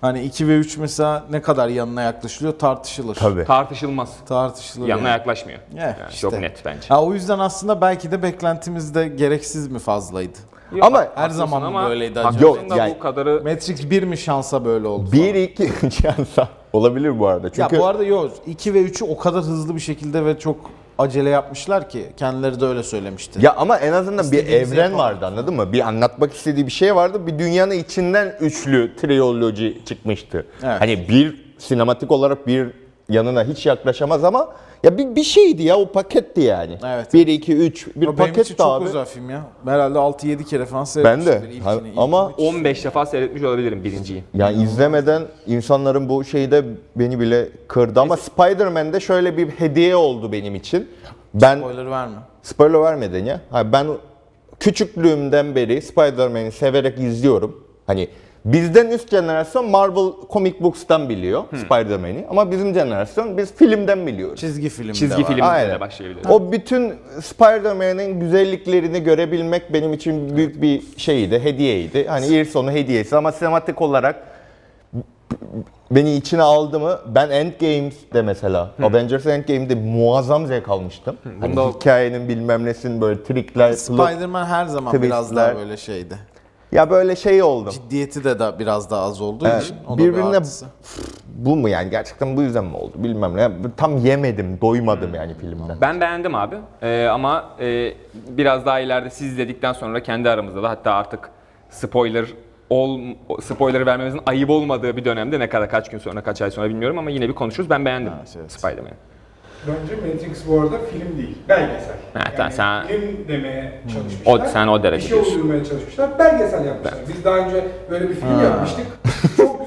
Hani 2 ve 3 mesela ne kadar yanına yaklaşılıyor tartışılır. Tabii. Tartışılmaz. Tartışılır. Yanına yani. yaklaşmıyor. Evet, Yani işte. Çok net bence. Ha, o yüzden aslında belki de beklentimiz de gereksiz mi fazlaydı? Ama Her zaman mı böyleydi acaba? Yok, Yok yani- bu kadarı Matrix 1 mi şansa böyle oldu? falan? 1 2 şansa olabilir bu arada. Çünkü Ya bu arada yok 2 ve 3'ü o kadar hızlı bir şekilde ve çok acele yapmışlar ki kendileri de öyle söylemişti. Ya ama en azından bir İstediğimizi evren yapamadık. vardı anladın mı? Bir anlatmak istediği bir şey vardı. Bir dünyanın içinden üçlü triyoloji çıkmıştı. Evet. Hani bir sinematik olarak bir yanına hiç yaklaşamaz ama ya bir, bir şeydi ya o paketti yani. Evet. 1 2 3 bir Ya benim için paketti çok abi. özel film ya. Herhalde 6-7 kere falan Ben seyretmişimdir de. Ha- ilkini, ilk ama üç. 15 defa seyretmiş olabilirim birinciyi. Yani izlemeden insanların bu şeyde beni bile kırdı ama Spider-Man'de şöyle bir hediye oldu benim için. Ben spoiler verme. spoiler vermeden ya. Ha ben küçüklüğümden beri Spider-Man'i severek izliyorum. Hani bizden üst jenerasyon Marvel Comic Books'tan biliyor Spider-Man'i ama bizim jenerasyon biz filmden biliyoruz. Çizgi film Çizgi de var. filmle Aynen. de başlayabilirim. O bütün Spider-Man'in güzelliklerini görebilmek benim için büyük bir şeydi, hediyeydi. Hani yıl sonu hediyesi ama sinematik olarak beni içine aldı mı? Ben Endgame'de mesela, Avengers Endgame'de muazzam zevk almıştım. Hani Bunda- hikayenin bilmem nesinin böyle trikler, plot- Spider-Man her zaman biraz daha Twistler. böyle şeydi. Ya böyle şey oldum. Ciddiyeti de da biraz daha az olduğu Evet. için o da Birbirine- bir artısı. Bu mu yani? Gerçekten bu yüzden mi oldu? Bilmem ne. Tam yemedim, doymadım yani filmden. Ben beğendim abi Ee, ama e, biraz daha ileride siz izledikten sonra kendi aramızda da hatta artık spoiler ol spoiler vermemizin ayıp olmadığı bir dönemde ne kadar kaç gün sonra kaç ay sonra bilmiyorum ama yine bir konuşuruz. Ben beğendim evet. Spider-Man'i. Bence Matrix bu arada film değil, belgesel. Ha, tamam, sen- Film demeye çalışmışlar. O, sen o derece şey Bir şey diyorsun. uydurmaya çalışmışlar, belgesel yapmışlar. Biz daha önce böyle bir film yapmıştık. Çok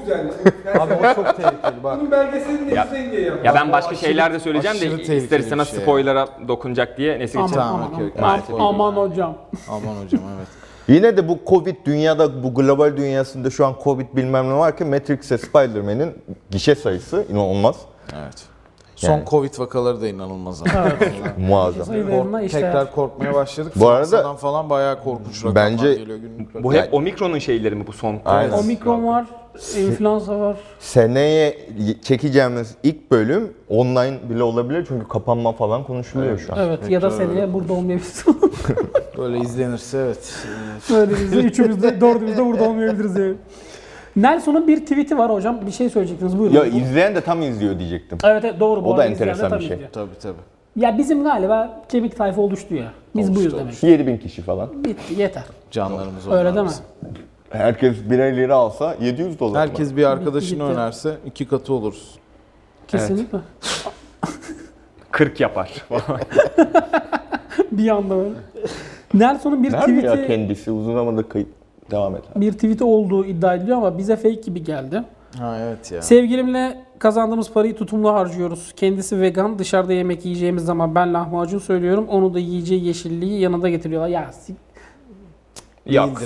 güzeldi. Yani Abi o çok tehlikeli bak. Bunun belgeselini de Ya- izleyin diye yapmışlar. Ya ben başka şeyler de söyleyeceğim aşırı de tehlikeli ister bir istemez şey ya. spoiler'a dokunacak diye nesi Aman, geçelim. Tamam, aman, okey, okey. aman, Maalesef. aman hocam. Aman hocam evet. Yine de bu Covid dünyada, bu global dünyasında şu an Covid bilmem ne var ki Matrix ve Spider-Man'in gişe sayısı inanılmaz. Evet. Son Covid vakaları da inanılmaz ama. Muazzam. Sayılarına Kork- işte. tekrar korkmaya başladık. Bu arada- Fransa'dan falan bayağı korkunç rakamlar Bence- geliyor günlük Bu hep Omikron'un şeyleri mi bu son? Aynen. Omikron var, influenza var. Seneye çekeceğimiz ilk bölüm online bile olabilir çünkü kapanma falan konuşuluyor şu an. Evet ya da seneye burada olmayabiliriz. Böyle izlenirse evet. Böyle biz de üçümüz de dördümüz de burada olmayabiliriz yani. Nelson'un bir tweet'i var hocam. Bir şey söyleyecektiniz buyurun. Ya izleyen de tam izliyor diyecektim. evet evet doğru. Bu O da arada izleyen de enteresan bir tabii şey. ki. Tabii tabii. Ya bizim galiba kemik tayfa oluştu ya. Biz buyuz demek. 7000 kişi falan. Bitti yeter. Canlarımız onlar Öyle deme. bizim. Herkes birer lira alsa 700 dolar. mı? Herkes bir arkadaşını Bitti, bitti. önerse iki katı oluruz. Kesinlikle. 40 yapar. bir anda böyle. Nelson'un bir Nerede ya tweet'i kendisi uzun zamanda kayıt devam et. bir tweet'i olduğu iddia ediliyor ama bize fake gibi geldi. Ha evet ya. Sevgilimle kazandığımız parayı tutumlu harcıyoruz. Kendisi vegan. Dışarıda yemek yiyeceğimiz zaman ben lahmacun söylüyorum. Onu da yiyeceği yeşilliği yanında getiriyorlar. Ya sik Yok.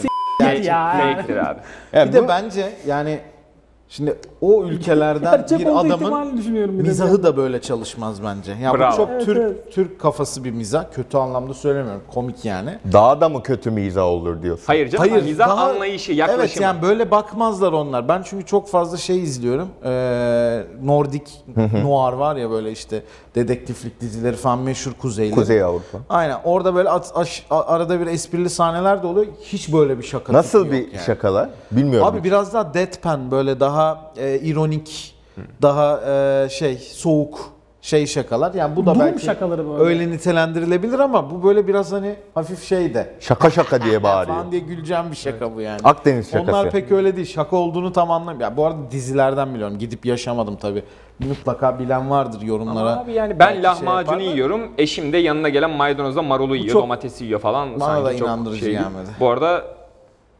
git ya. Fake'tir abi. Yani bir de bence yani şimdi o ülkelerden Gerçek bir olduğu adamın ihtimalini düşünüyorum. bir de. Mizahı da böyle çalışmaz bence. Ya Bravo. bu çok Evet, Türk evet. Türk kafası bir mizah. Kötü anlamda söylemiyorum. Komik yani. daha da mı kötü mizah olur diyorsun? Hayır canım hani Hayır, mizah daha- anlayışı, yaklaşımı. Evet yani böyle bakmazlar onlar. Ben çünkü çok fazla şey izliyorum. Ee, Nordik noir var ya böyle işte dedektiflik dizileri falan meşhur kuzeyli. Kuzey Avrupa. Aynen orada böyle at- aş- a- arada bir esprili sahneler de oluyor. Hiç böyle bir şaka Nasıl tipi bir yok yani. şakalar? Bilmiyorum. Abi biraz daha deadpan böyle daha e, ironik, daha e, şey soğuk şey şakalar. Yani bu da Durum belki şakaları böyle. öyle nitelendirilebilir ama bu böyle biraz hani hafif şey de Şaka şaka diye bağırıyor. falan diye güleceğim bir şaka bu yani. Akdeniz şakası. Onlar pek öyle değil. Şaka olduğunu tam anlamıyorum. Ya bu arada dizilerden biliyorum. Gidip yaşamadım tabii. Mutlaka bilen vardır yorumlara. Abi yani belki şey ben lahmacunu yapar da- yiyorum. Eşim de yanına gelen maydanozla marulu yiyor, çok- domatesi yiyor falan. Bana Sanki da çok inandırıcı şey- gelmedi. Bu arada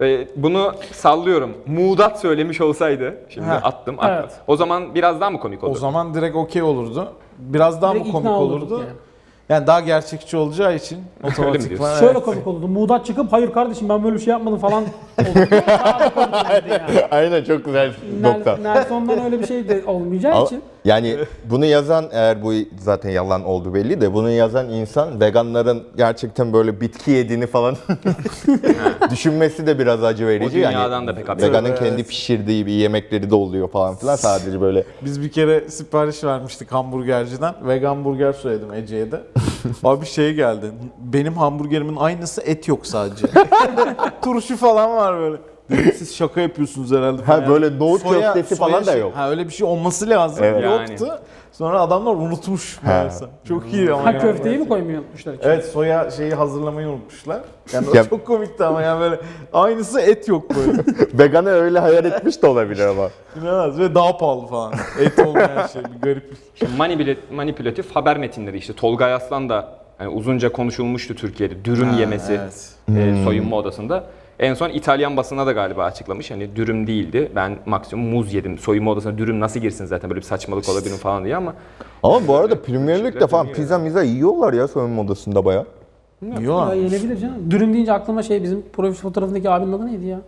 e, bunu sallıyorum. Muğdat söylemiş olsaydı şimdi Ha. attım attım. Evet. O zaman biraz daha mı komik O olur? zaman direkt okey olurdu. Biraz daha Direkt mı ikna komik olurduk olurdu? Yani. yani. daha gerçekçi olacağı için diyorsun? otomatikman Şöyle komik oldu. Muğdat çıkıp hayır kardeşim ben böyle bir şey yapmadım falan oldu. Daha da komik olurdu yani. Aynen çok güzel nokta. Nel- Nelson'dan öyle bir şey de olmayacağı Ama- için. Yani bunu yazan eğer bu zaten yalan oldu belli de bunu yazan insan veganların gerçekten böyle bitki yediğini falan düşünmesi de biraz acı O verici. dünyadan yani da pek haberim veganın Evet. kendi pişirdiği bir yemekleri de oluyor falan filan sadece böyle. Biz bir kere sipariş vermiştik hamburgerciden. Vegan burger söyledim Ece'ye de. Abi şey geldi. Benim hamburgerimin aynısı et yok sadece. Turşu falan var böyle. Dedim, siz şaka yapıyorsunuz herhalde. Ha falan." böyle nohut Soya- köftesi soya falan da şey- yok. Ha öyle bir şey olması lazım. Evet. Yoktu. Sonra adamlar unutmuş meğerse. Çok iyi ama. Ha yani. köfteyi mi koymuyor unutmuşlar içine? Evet soya şeyi hazırlamayı unutmuşlar. Yani o Ya- çok komikti ama yani böyle aynısı et yok böyle. Veganı öyle hayal etmiş de olabilir ama. İnanılmaz ve daha pahalı falan. Et olmayan şey bir garip. Şimdi manipüle- manipülatif haber metinleri işte Tolga Aslan da hani uzunca konuşulmuştu Türkiye'de dürüm yemesi evet. Hmm. e, soyunma odasında. En son İtalyan basına da galiba açıklamış hani dürüm değildi. Ben maksimum muz yedim. Soyunma odasına dürüm nasıl girsin zaten böyle bir saçmalık olabilir mi falan diye ama Ama bu arada Premier Lig'de falan dönüyor pizza miza yiyorlar ya soyunma odasında bayağı. Ya Yiyorlar. yenebilir canım. Dürüm deyince aklıma şey bizim profil fotoğrafındaki abinin adı neydi ya?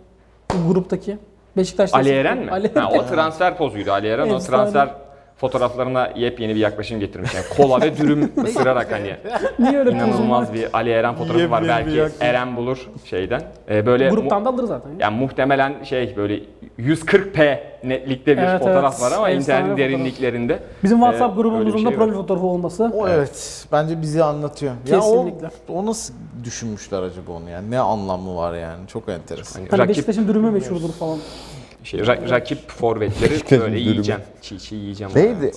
Bu gruptaki. Beşiktaş'ta. Ali Eren mi? Ali Ha, o transfer pozuydu Ali Eren. o Efsane. transfer fotoğraflarına yepyeni bir yaklaşım getirmiş. Yani kola ve dürüm ısırarak hani Niye öyle bir pozum var? inanılmaz bir Ali Eren fotoğrafı var. Yepyeni bir Belki yaklaşım. Eren bulur şeyden. Ee, böyle mu- Gruptan da alır zaten. ya. yani muhtemelen şey böyle 140p netlikte bir Evet, fotoğraf evet. var ama Efsane internetin fotoğraf. derinliklerinde. Bizim e, WhatsApp böyle bir grubumuzun da şey var. profil fotoğrafı olması. O evet. Bence bizi anlatıyor. Kesinlikle. Ya o, o nasıl düşünmüşler acaba onu yani? Ne anlamı var yani? Çok enteresan. Hani Hani rakip Beşiktaş'ın dürümü meşhurdur falan. şey, ra- rakip forvetleri Beşiktaş'ın böyle dürümü. yiyeceğim. Çiğ çiğ yiyeceğim. Neydi?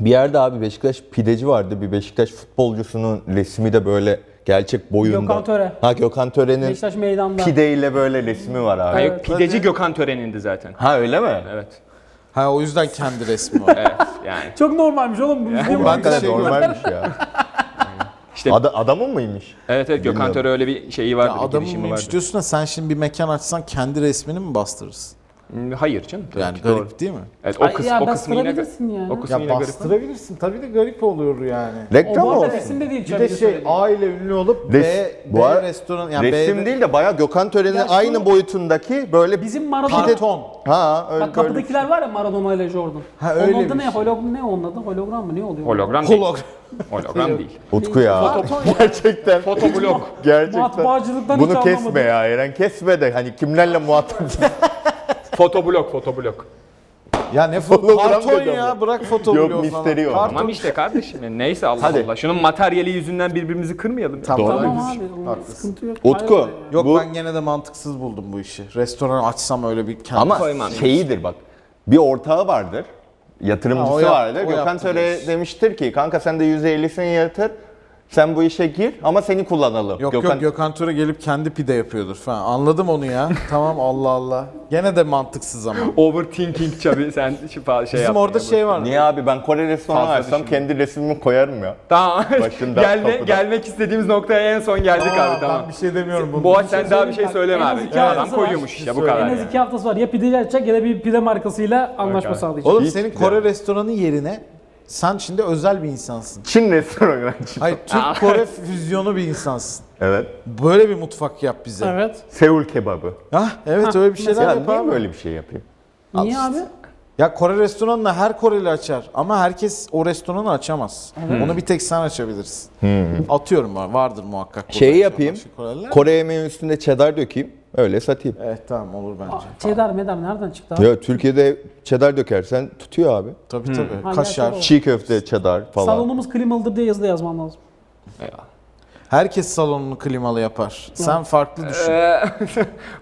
Bir yerde abi Beşiktaş pideci vardı. Bir Beşiktaş futbolcusunun resmi de böyle gerçek boyunda. Gökhan Töre. Ha Gökhan Töre'nin Beşiktaş meydanda. pideyle böyle resmi var abi. Hayır, pideci Gökhan törenindi zaten. Ha öyle mi? Evet. Ha o yüzden kendi resmi var. Evet yani. Çok normalmiş oğlum. Bu bizim ben- Hakikaten şey normalmiş ya. İşte- Ada- adamın mıymış? Evet evet Gökhan Bilmiyorum. Töre öyle bir şeyi vardı. Ya bir adamın girişimi mıymış vardı. diyorsun da sen şimdi bir mekan açsan kendi resmini mi bastırırsın? Hmm, Hayır canım. tabii Yani ki garip doğru. değil mi? Evet, o, Ay kıs, ya, o kısmı yine bastırabilirsin yani. O kısmı Ya yine garip. bastırabilirsin tabii de garip oluyor yani. O Reklam bu arada olsun. resim de değil. Bir de Çarpıcı şey söylediğim. A ile ünlü olup B, Res- bu B ar- restoran yani Resim B'de değil de bayağı Gökhan Tören'in Ya şu- aynı boyutundaki böyle Bizim Maradona. karton. ha öyle Bak şey. kapıdakiler var ya Maradona ile Jordan. Ha, Onun öyle adı bir ne? şey. Holog ne onun adı? Hologram mı? Ne oluyor? Hologram değil. Hologram. Hologram değil. böyle. Utku ya. Gerçekten. Fotoblog. Gerçekten. Matbaacılıktan hiç Bunu anlamadım. kesme ya Eren kesme de hani kimlerle muhatap Fotoblog, fotoblog. Ya ne foto Hologram karton dedi ya ama. bırak foto Yok, bloğu misteri o. Karton. Tamam işte kardeşim. ya, Neyse Allah Hadi. Allah. Şunun materyali yüzünden birbirimizi kırmayalım. ya. Tamam abi. onun Sıkıntı yok. Utku Hayır, Yok bu ben gene de mantıksız buldum bu işi. Restoran açsam öyle bir kendi ama koymam. şeyidir bak. Bir ortağı vardır. Yatırımcısı Ha, o yap- vardır. o Gökhan yaptı Töre diyorsun. demiştir ki kanka sen de %50'sini yatır. Sen bu işe gir ama seni kullanalım. Yok yok Gökhan Töre gelip kendi pide yapıyordur falan. Anladım onu ya. tamam Allah Allah. Gene de mantıksız ama. Overthinking çabi sen şu fa- şey Bizim yap. orada şey var. Niye abi ben Kore restoranı Fazla açsam düşünme. kendi resmimi koyarım ya. Tamam. Başından, Gelme, kapıdan. gelmek istediğimiz noktaya en son geldik Aa, abi tamam. Ben bir şey demiyorum. bunu. Boğaç sen daha bir şey bak, söyleme en az abi. iki Adam haftası koyuyormuş var. işte bu Söyle. kadar. En az yani. iki haftası var. Ya pide açacak ya da bir pide markasıyla anlaşma abi. sağlayacak. Oğlum Hiç senin güzel. Kore restoranı yerine sen şimdi özel bir insansın. Çin restoranı açtım. Hayır Türk Kore füzyonu bir insansın. Evet. Böyle bir mutfak yap bize. Evet. Seul kebabı. Hah evet öyle bir şeyler Ya yap niye abi. böyle bir şey yapayım? Niye abi? Ya Kore restoranını her Koreli açar ama herkes o restoranı açamaz. Onu bir tek sen açabilirsin. Hmm. Atıyorum var, vardır muhakkak. burada Şeyi açan yapayım. başka Koreliler. Kore yemeği üstünde cheddar dökeyim. Öyle satayım. Evet tamam olur bence. Çedar medam nereden çıktı abi? Ya Türkiye'de cheddar dökersen tutuyor abi. Tabii tabii. Hala çok Kaşar. olur. Çiğ köfte cheddar falan. Salonumuz klimalıdır diye yazıda yazman lazım. Herkes salonunu klimalı yapar. Sen Ee, farklı düşün.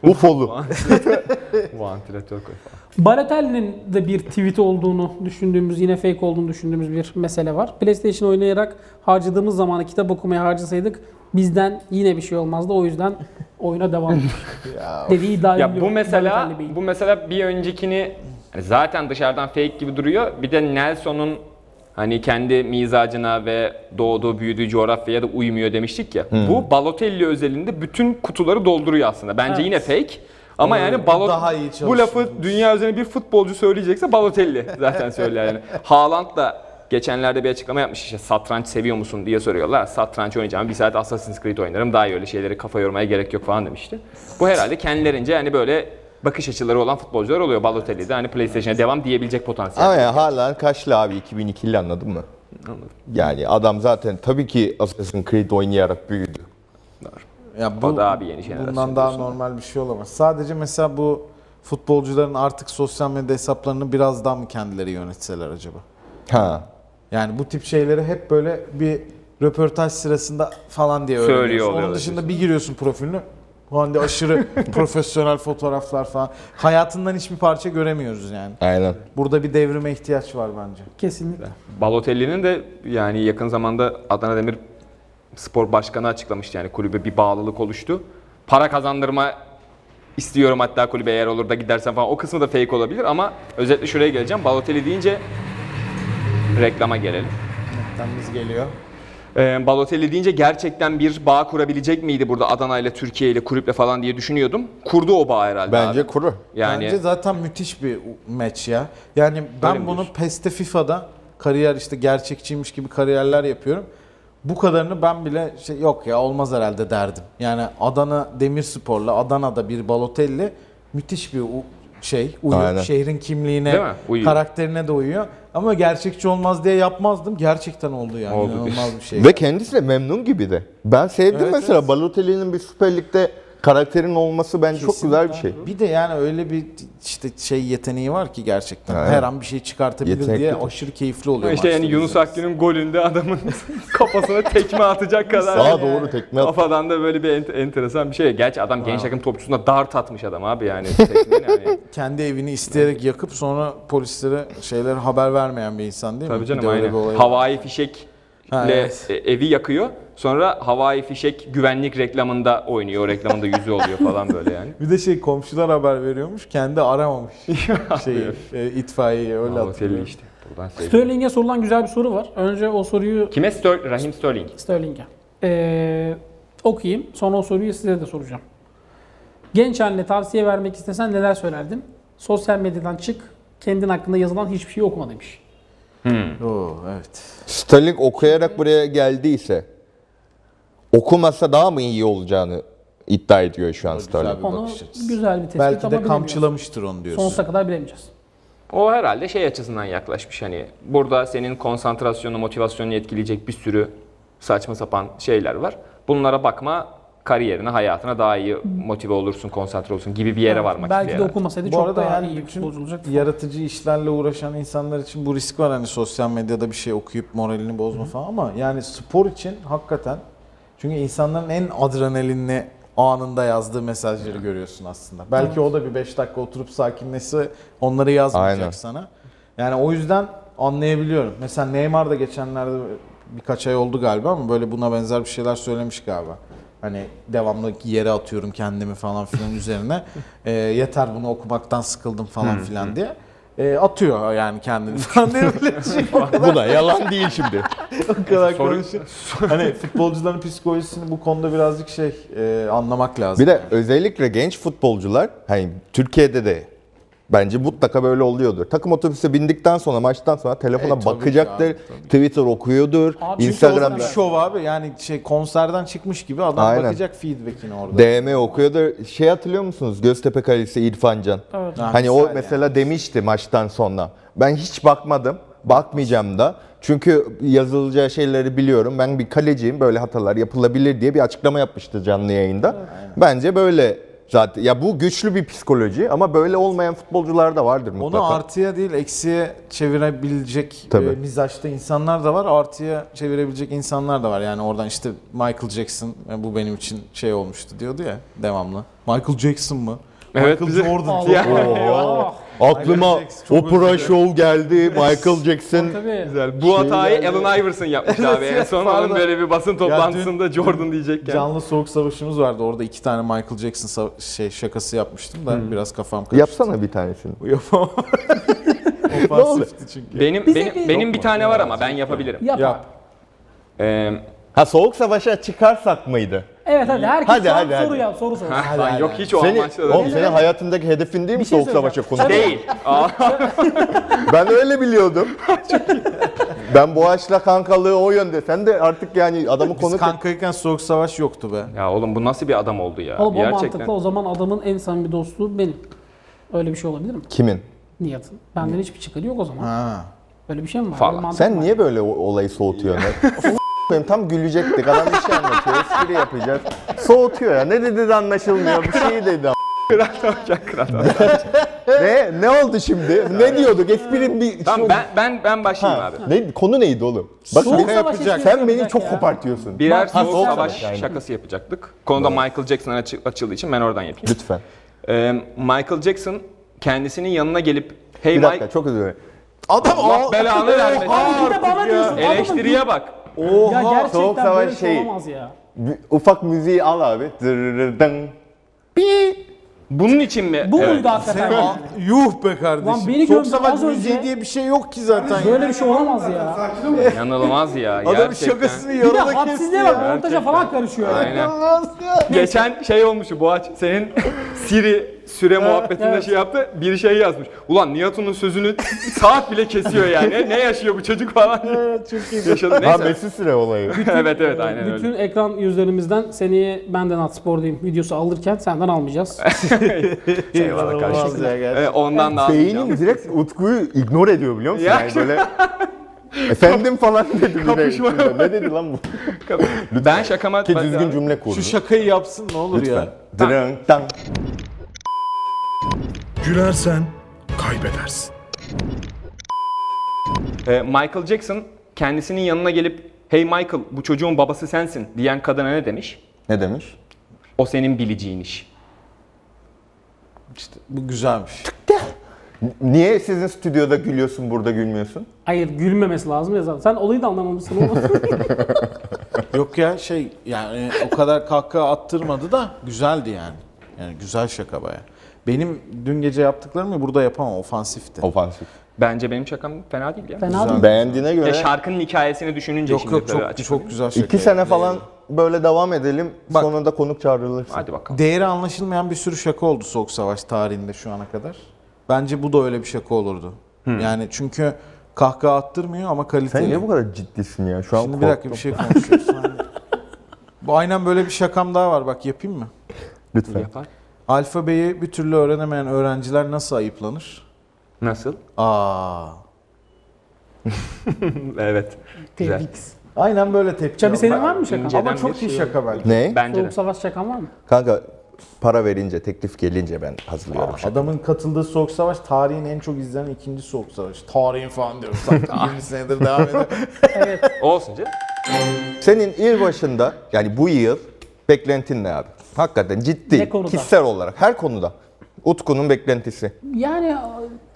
Ufolu. Vantilatör koy falan. Balotelli'nin de bir tweet olduğunu düşündüğümüz, yine fake olduğunu düşündüğümüz bir mesele var. PlayStation oynayarak harcadığımız zamanı kitap okumaya harcasaydık bizden yine bir şey olmazdı. O yüzden oyuna devam dediği iddia Ya ediliyor bu mesela Balotelli Bey'in. bu mesela bir öncekini hani zaten dışarıdan fake gibi duruyor. Bir de Nelson'un hani kendi mizacına ve doğduğu büyüdüğü coğrafyaya da uymuyor demiştik ya. Bu Balotelli özelinde bütün kutuları dolduruyor aslında. Bence yine fake. Ama yani Balot- daha iyi bu çalışmış. lafı dünya üzerine bir futbolcu söyleyecekse Balotelli zaten söyler yani. Haaland da geçenlerde bir açıklama yapmış işte satranç seviyor musun diye soruyorlar. Satranç oynayacağım bir saat Assassin's Creed oynarım daha iyi öyle şeyleri kafa yormaya gerek yok falan demişti. Bu herhalde kendilerince yani böyle bakış açıları olan futbolcular oluyor. Balotelli de hani PlayStation'a devam diyebilecek potansiyel. Ama ya hala kaçlı abi 2002'li anladın mı? Yani adam zaten tabii ki Assassin's Creed oynayarak büyüdü. Ya bu O daha bir yeni jenerasyon Bundan daha diyorsun. normal bir şey olamaz. Sadece mesela bu futbolcuların artık sosyal medya hesaplarını biraz daha mı kendileri yönetseler acaba? Ha. Yani bu tip şeyleri hep böyle bir röportaj sırasında falan diye Söylüyor öğreniyorsun. Onun oluyorlar dışında bir giriyorsun profiline. Hande aşırı profesyonel fotoğraflar falan. Hayatından hiçbir parça göremiyoruz yani. Aynen. Burada bir devrime ihtiyaç var bence. Kesinlikle. Balotelli'nin de yani yakın zamanda Adana Demir Spor Başkanı açıklamıştı yani kulübe bir bağlılık oluştu. Para kazandırma istiyorum hatta kulübe eğer olur da gidersen falan o kısmı da fake olabilir ama özetle şuraya geleceğim. Balotelli deyince reklama gelelim. Temiz geliyor. Ee, Balotelli deyince gerçekten bir bağ kurabilecek miydi burada Adana ile Türkiye ile kulüple falan diye düşünüyordum. Kurdu o bağ herhalde Bence abi. kuru. Yani Bence zaten müthiş bir maç ya. Yani Öyle mi ben bunu diyorsun? PES'te FIFA'da kariyer işte gerçekçiymiş gibi kariyerler yapıyorum. Bu kadarını ben bile şey yok ya olmaz herhalde derdim. Yani Adana Demirspor'la Adana'da bir Balotelli müthiş bir u- şey uyuyor. Aynen. Şehrin kimliğine, Değil mi? Uyuyor. karakterine de uyuyor. Ama gerçekçi olmaz diye yapmazdım. Gerçekten oldu yani. Oldu. İnanılmaz bir şey. Ve kendisi de memnun gibi de. Ben sevdim Evet, mesela Balotelli'nin bir Süper Lig'de karakterin olması bence çok güzel bir şey. Bir de yani öyle bir işte şey yeteneği var ki gerçekten. Aynen. Her an bir şey çıkartabilir Yetenekli diye tabii. aşırı keyifli oluyor. işte yani maçları Yunus Akgün'ün golünde adamın kafasına tekme atacak kadar. Daha doğru tekme at. Kafadan da böyle bir ent- enteresan bir şey. Gerçi adam genç takım topçusuna dart atmış adam abi yani. Tekme ne yani. kendi evini isteyerek yakıp sonra polislere şeyler haber vermeyen bir insan değil mi? Tabii Bir canım de öyle aynen. bir olay var. Havai fişek Ha, evet. e, evi yakıyor. Sonra havai fişek güvenlik reklamında oynuyor. O reklamında yüzü oluyor falan böyle yani. Bir de şey komşular haber veriyormuş. Kendi aramamış şeyi, e, itfaiyeyi öyle Ama hatırlıyorum. Oteli işte. Buradan sevdim. Sterling'e sorulan güzel bir soru var. Önce o soruyu Kime? Ster- Rahim Sterling. Sterling'e. Ee, okuyayım. Sonra o soruyu size de soracağım. Genç haline tavsiye vermek istesen neler söylerdin? Sosyal medyadan çık. Kendin hakkında yazılan hiçbir şey okuma demiş. Oo, evet. Sterling okuyarak buraya geldiyse okumasa daha mı iyi olacağını iddia ediyor şu an Sterling. Güzel bir Onu bakış açısı. güzel bir tespit Belki de ama bilemiyorum. kamçılamıştır onu diyorsun. Sonsuza kadar bilemeyeceğiz. O herhalde şey açısından yaklaşmış hani burada senin konsantrasyonu, motivasyonunu etkileyecek bir sürü saçma sapan şeyler var. Bunlara bakma kariyerine, hayatına daha iyi motive olursun, konsantre olursun gibi bir yere varmak Belki istiyor de herhalde. okumasaydı Bu çok arada daha yani iyi bütün futbolcu olacaktı. yaratıcı işlerle uğraşan insanlar için bu risk var hani sosyal medyada bir şey okuyup moralini bozma falan ama yani spor için hakikaten çünkü insanların en adrenalinli anında yazdığı mesajları görüyorsun aslında. Belki o da bir 5 dakika oturup sakinleşse onları yazmayacak Aynen. sana. Yani o yüzden anlayabiliyorum. Mesela Neymar da geçenlerde birkaç ay oldu galiba ama böyle buna benzer bir şeyler söylemiş galiba. Hani devamlı yere atıyorum kendimi falan filan üzerine. E, yeter bunu okumaktan sıkıldım falan filan diye. E, atıyor yani kendini falan diye böyle bir şey. Bu da yalan değil şimdi. o kadar konuşuyor. Hani futbolcuların psikolojisini bu konuda birazcık şey e, anlamak lazım. Bir de özellikle genç futbolcular hani Türkiye'de de bence mutlaka böyle oluyordur. Takım otobüse bindikten sonra maçtan sonra telefona E, tabii bakacaktır. ki abi, tabii. Twitter okuyordur. Abi, Çünkü orada Instagram'da bir şov abi yani şey konserden çıkmış gibi adam Aynen. bakacak feedback'ine orada. DM okuyordur. Şey hatırlıyor musunuz? Göztepe Kalesi İrfan Can. Evet. Ha, Hani o güzel yani. mesela demişti maçtan sonra. Ben hiç bakmadım. Bakmayacağım da. Çünkü yazılacağı şeyleri biliyorum. Ben bir kaleciyim. Böyle hatalar yapılabilir diye bir açıklama yapmıştı canlı yayında. Bence böyle zaten. Ya bu güçlü bir psikoloji ama böyle olmayan futbolcular da vardır mutlaka. Onu artıya değil eksiye çevirebilecek Tabii. e, mizaçta insanlar da var. Artıya çevirebilecek insanlar da var. Yani oradan işte Michael Jackson e, bu benim için şey olmuştu diyordu ya devamlı. Michael Jackson mı? Evet, Michael bize- Jordan. Allah. Oo. Aklıma Michael Jackson, çok özür Opera dilerim. Show geldi. Michael Jackson Tabii. Güzel. Bu hatayı Allen Iverson yapmış abi. En son onun pardon. böyle bir basın toplantısında dün- Jordan diyecekken. Canlı soğuk savaşımız vardı. Orada iki tane Michael Jackson sa- şey şakası yapmıştım Hmm. da biraz kafam karıştı. yapsana bir tanesini. Yapamam. Ofansifti çünkü. Benim benim, benim bir tane var ama ben yapabilirim. Yap. Yap. Ee, Ha soğuk savaşa çıkarsak mıydı? Evet hadi herkes Hadi, şu an hadi, soru hadi. yap. Soru sor. lan yok hiç o Seni, amaçla da oğlum değil. senin hayatındaki hedefin değil mi Bir şey soğuk savaşa söyleyeceğim. Değil. konuşmak? Aa, Ben öyle biliyordum. ben Boğaç'la kankalığı o yönde. Sen de artık yani adamı Biz konuk et. kankayken soğuk savaş yoktu be. ya oğlum bu nasıl bir adam oldu ya? Oğlum o Gerçekten. mantıklı o zaman adamın en samimi dostluğu benim. Öyle bir şey olabilir mi? Kimin? Niyetin. Benden hiçbir çıkarı yok o zaman. Ha. Böyle bir şey mi var? Falan. Böyle mantık Sen var. niye böyle o- olayı soğutuyorsun? Benim tam gülecektik. Adam bir şey anlatıyor. Espri yapacak. Soğutuyor ya. Ne dedi de anlaşılmıyor. Bir şey dedi. a- ne? Ne oldu şimdi? ne diyorduk? Espri bir... Tamam ben ben ben başlayayım Ha, abi. ne, konu neydi oğlum? Bak Soğuk şaka savaş yapacak. espri Sen beni yapacak çok ya. kopartıyorsun. Birer Ha, soğuk savaş yani. şakası yapacaktık. Konuda Michael Jackson'a açı- açıldığı için ben oradan yapayım. Lütfen. Ee, Michael Jackson kendisinin yanına gelip hey Bir dakika Mike çok özür dilerim. Adam Allah belanı vermesin. Abi bir de bana diyorsun. adamın Eleştiriye bak. Ya Oha, gerçekten soğuk böyle savaş bir şey şey. olamaz ya. Bir- Ufak müziği al abi. Dırırırdın. Bii. Bunun için mi? Bu Evet. muydu hakikaten? Aa, yani? Yuh be kardeşim. Lan beni Soğuk gömdün savaş az müziği önce. diye bir şey yok ki zaten. ya. Böyle bir şey olamaz ya. Sakin ol. İnanılmaz ya. Adamın gerçekten. şakasını Bir de yarıda kesti. hadsizliğe bak montaja falan karışıyor. ya. Aynen. Nasıl ya? Geçen şey olmuştu Boğaç. Senin Siri süre muhabbetinde evet. şey yaptı. Bir şey yazmış. Ulan Nihatun'un sözünü saat bile kesiyor yani. ne yaşıyor bu çocuk falan. Çok iyi. Yaşadı. Ha Neyse. Mesut Süre olayı. evet evet aynen Bütün öyle. ekran yüzlerimizden seneye benden at spordayım videosu alırken senden almayacağız. Eyvallah kardeşim. ya gerçekten. Evet, Ee, ondan daha Beynim direkt Utku'yu ignore ediyor biliyor musun? Ya. Yani böyle efendim falan dedi bir de. Kapışma. üstüne. Ne dedi lan bu? Ben şakama... Ki düzgün cümle kurdu. Şu şey şakayı yapsın ne olur Lütfen. ya. Dırın, dang. Gülersen kaybedersin. Ee, Michael Jackson kendisinin yanına gelip Hey Michael bu çocuğun babası sensin diyen kadına ne demiş? Ne demiş? O senin bileceğin iş. İşte bu güzelmiş. Niye sizin stüdyoda gülüyorsun burada gülmüyorsun? Hayır gülmemesi lazım ya zaten. Sen olayı da anlamamışsın oğlum. Yok ya şey yani o kadar kahkaha attırmadı da güzeldi yani. Yani güzel şaka baya. Benim dün gece yaptıklarımı burada yapamam ofansifti. Ofansif. Bence benim şakam fena değil ya. Fena değil. Beğendiğine Ya göre şarkının hikayesini düşününce Yok şimdi yok tabii çok, açık. çok güzel şaka. iki sene falan böyle devam edelim. Bak. Sonunda konuk çağrılırsın. Hadi bakalım. Değeri anlaşılmayan bir sürü şaka oldu Soğuk Savaş tarihinde şu ana kadar. Bence bu da öyle bir şaka olurdu. Yani çünkü kahkaha attırmıyor ama kaliteli. Sen niye bu kadar ciddisin ya? Şu an Şimdi bir dakika korktum. bir şey konuşuyoruz. Aynen. bu aynen böyle bir şakam daha var bak yapayım mı? Lütfen. Yapar. Alfabeyi bir türlü öğrenemeyen öğrenciler nasıl ayıplanır? Nasıl? Aa. Evet. Güzel. Aynen böyle tepki. Çabi aldım. senin var mı şakan? İnce- Ama çok iyi şaka bence. Ne? şey Bence de. Soğuk savaş şakan var mı? Kanka para verince, teklif gelince ben hazırlıyorum. şaka. Adamın katıldığı Soğuk Savaş tarihin en çok izlenen ikinci Soğuk Savaş. Tarihin falan diyoruz. Sanki 20 senedir devam ediyor. Olsun canım. Senin yıl başında yani bu yıl beklentin ne abi? Hakikaten ciddi, Ne konuda? kişisel olarak her konuda. Utku'nun beklentisi. Yani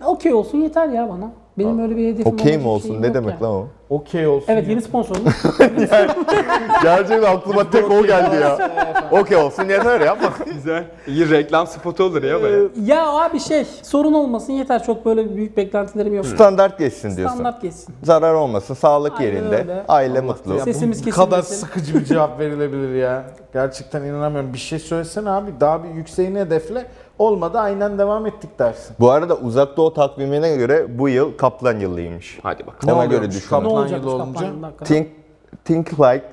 okey olsun yeter ya bana. Benim öyle bir hedefim Okey olacak mi bir olsun? şeyim ne yok demek ya. lan o? Okey olsun. Evet yeni sponsorumuz. Gerçekten aklıma tek o geldi ya. Okey olsun yeter yapma. Güzel. İyi reklam spotu olur ya böyle. ya abi şey sorun olmasın yeter çok böyle büyük beklentilerim yok. Standart geçsin diyorsun. Standart geçsin. Zarar olmasın, sağlık Aynen yerinde, öyle. aile mutlu. Ya bu Sesimiz kadar kesilmesin. sıkıcı bir cevap verilebilir ya. Gerçekten inanamıyorum. Bir şey söylesene abi. Daha bir yükseğini hedefle. Olmadı aynen devam ettik dersin. Bu arada uzak doğu takvimine göre bu yıl kaplan yılıymış. Hadi bakalım. Ona oluyormuş? göre düşünün. Kaplan Ne olacak yılı olunca. Think, think like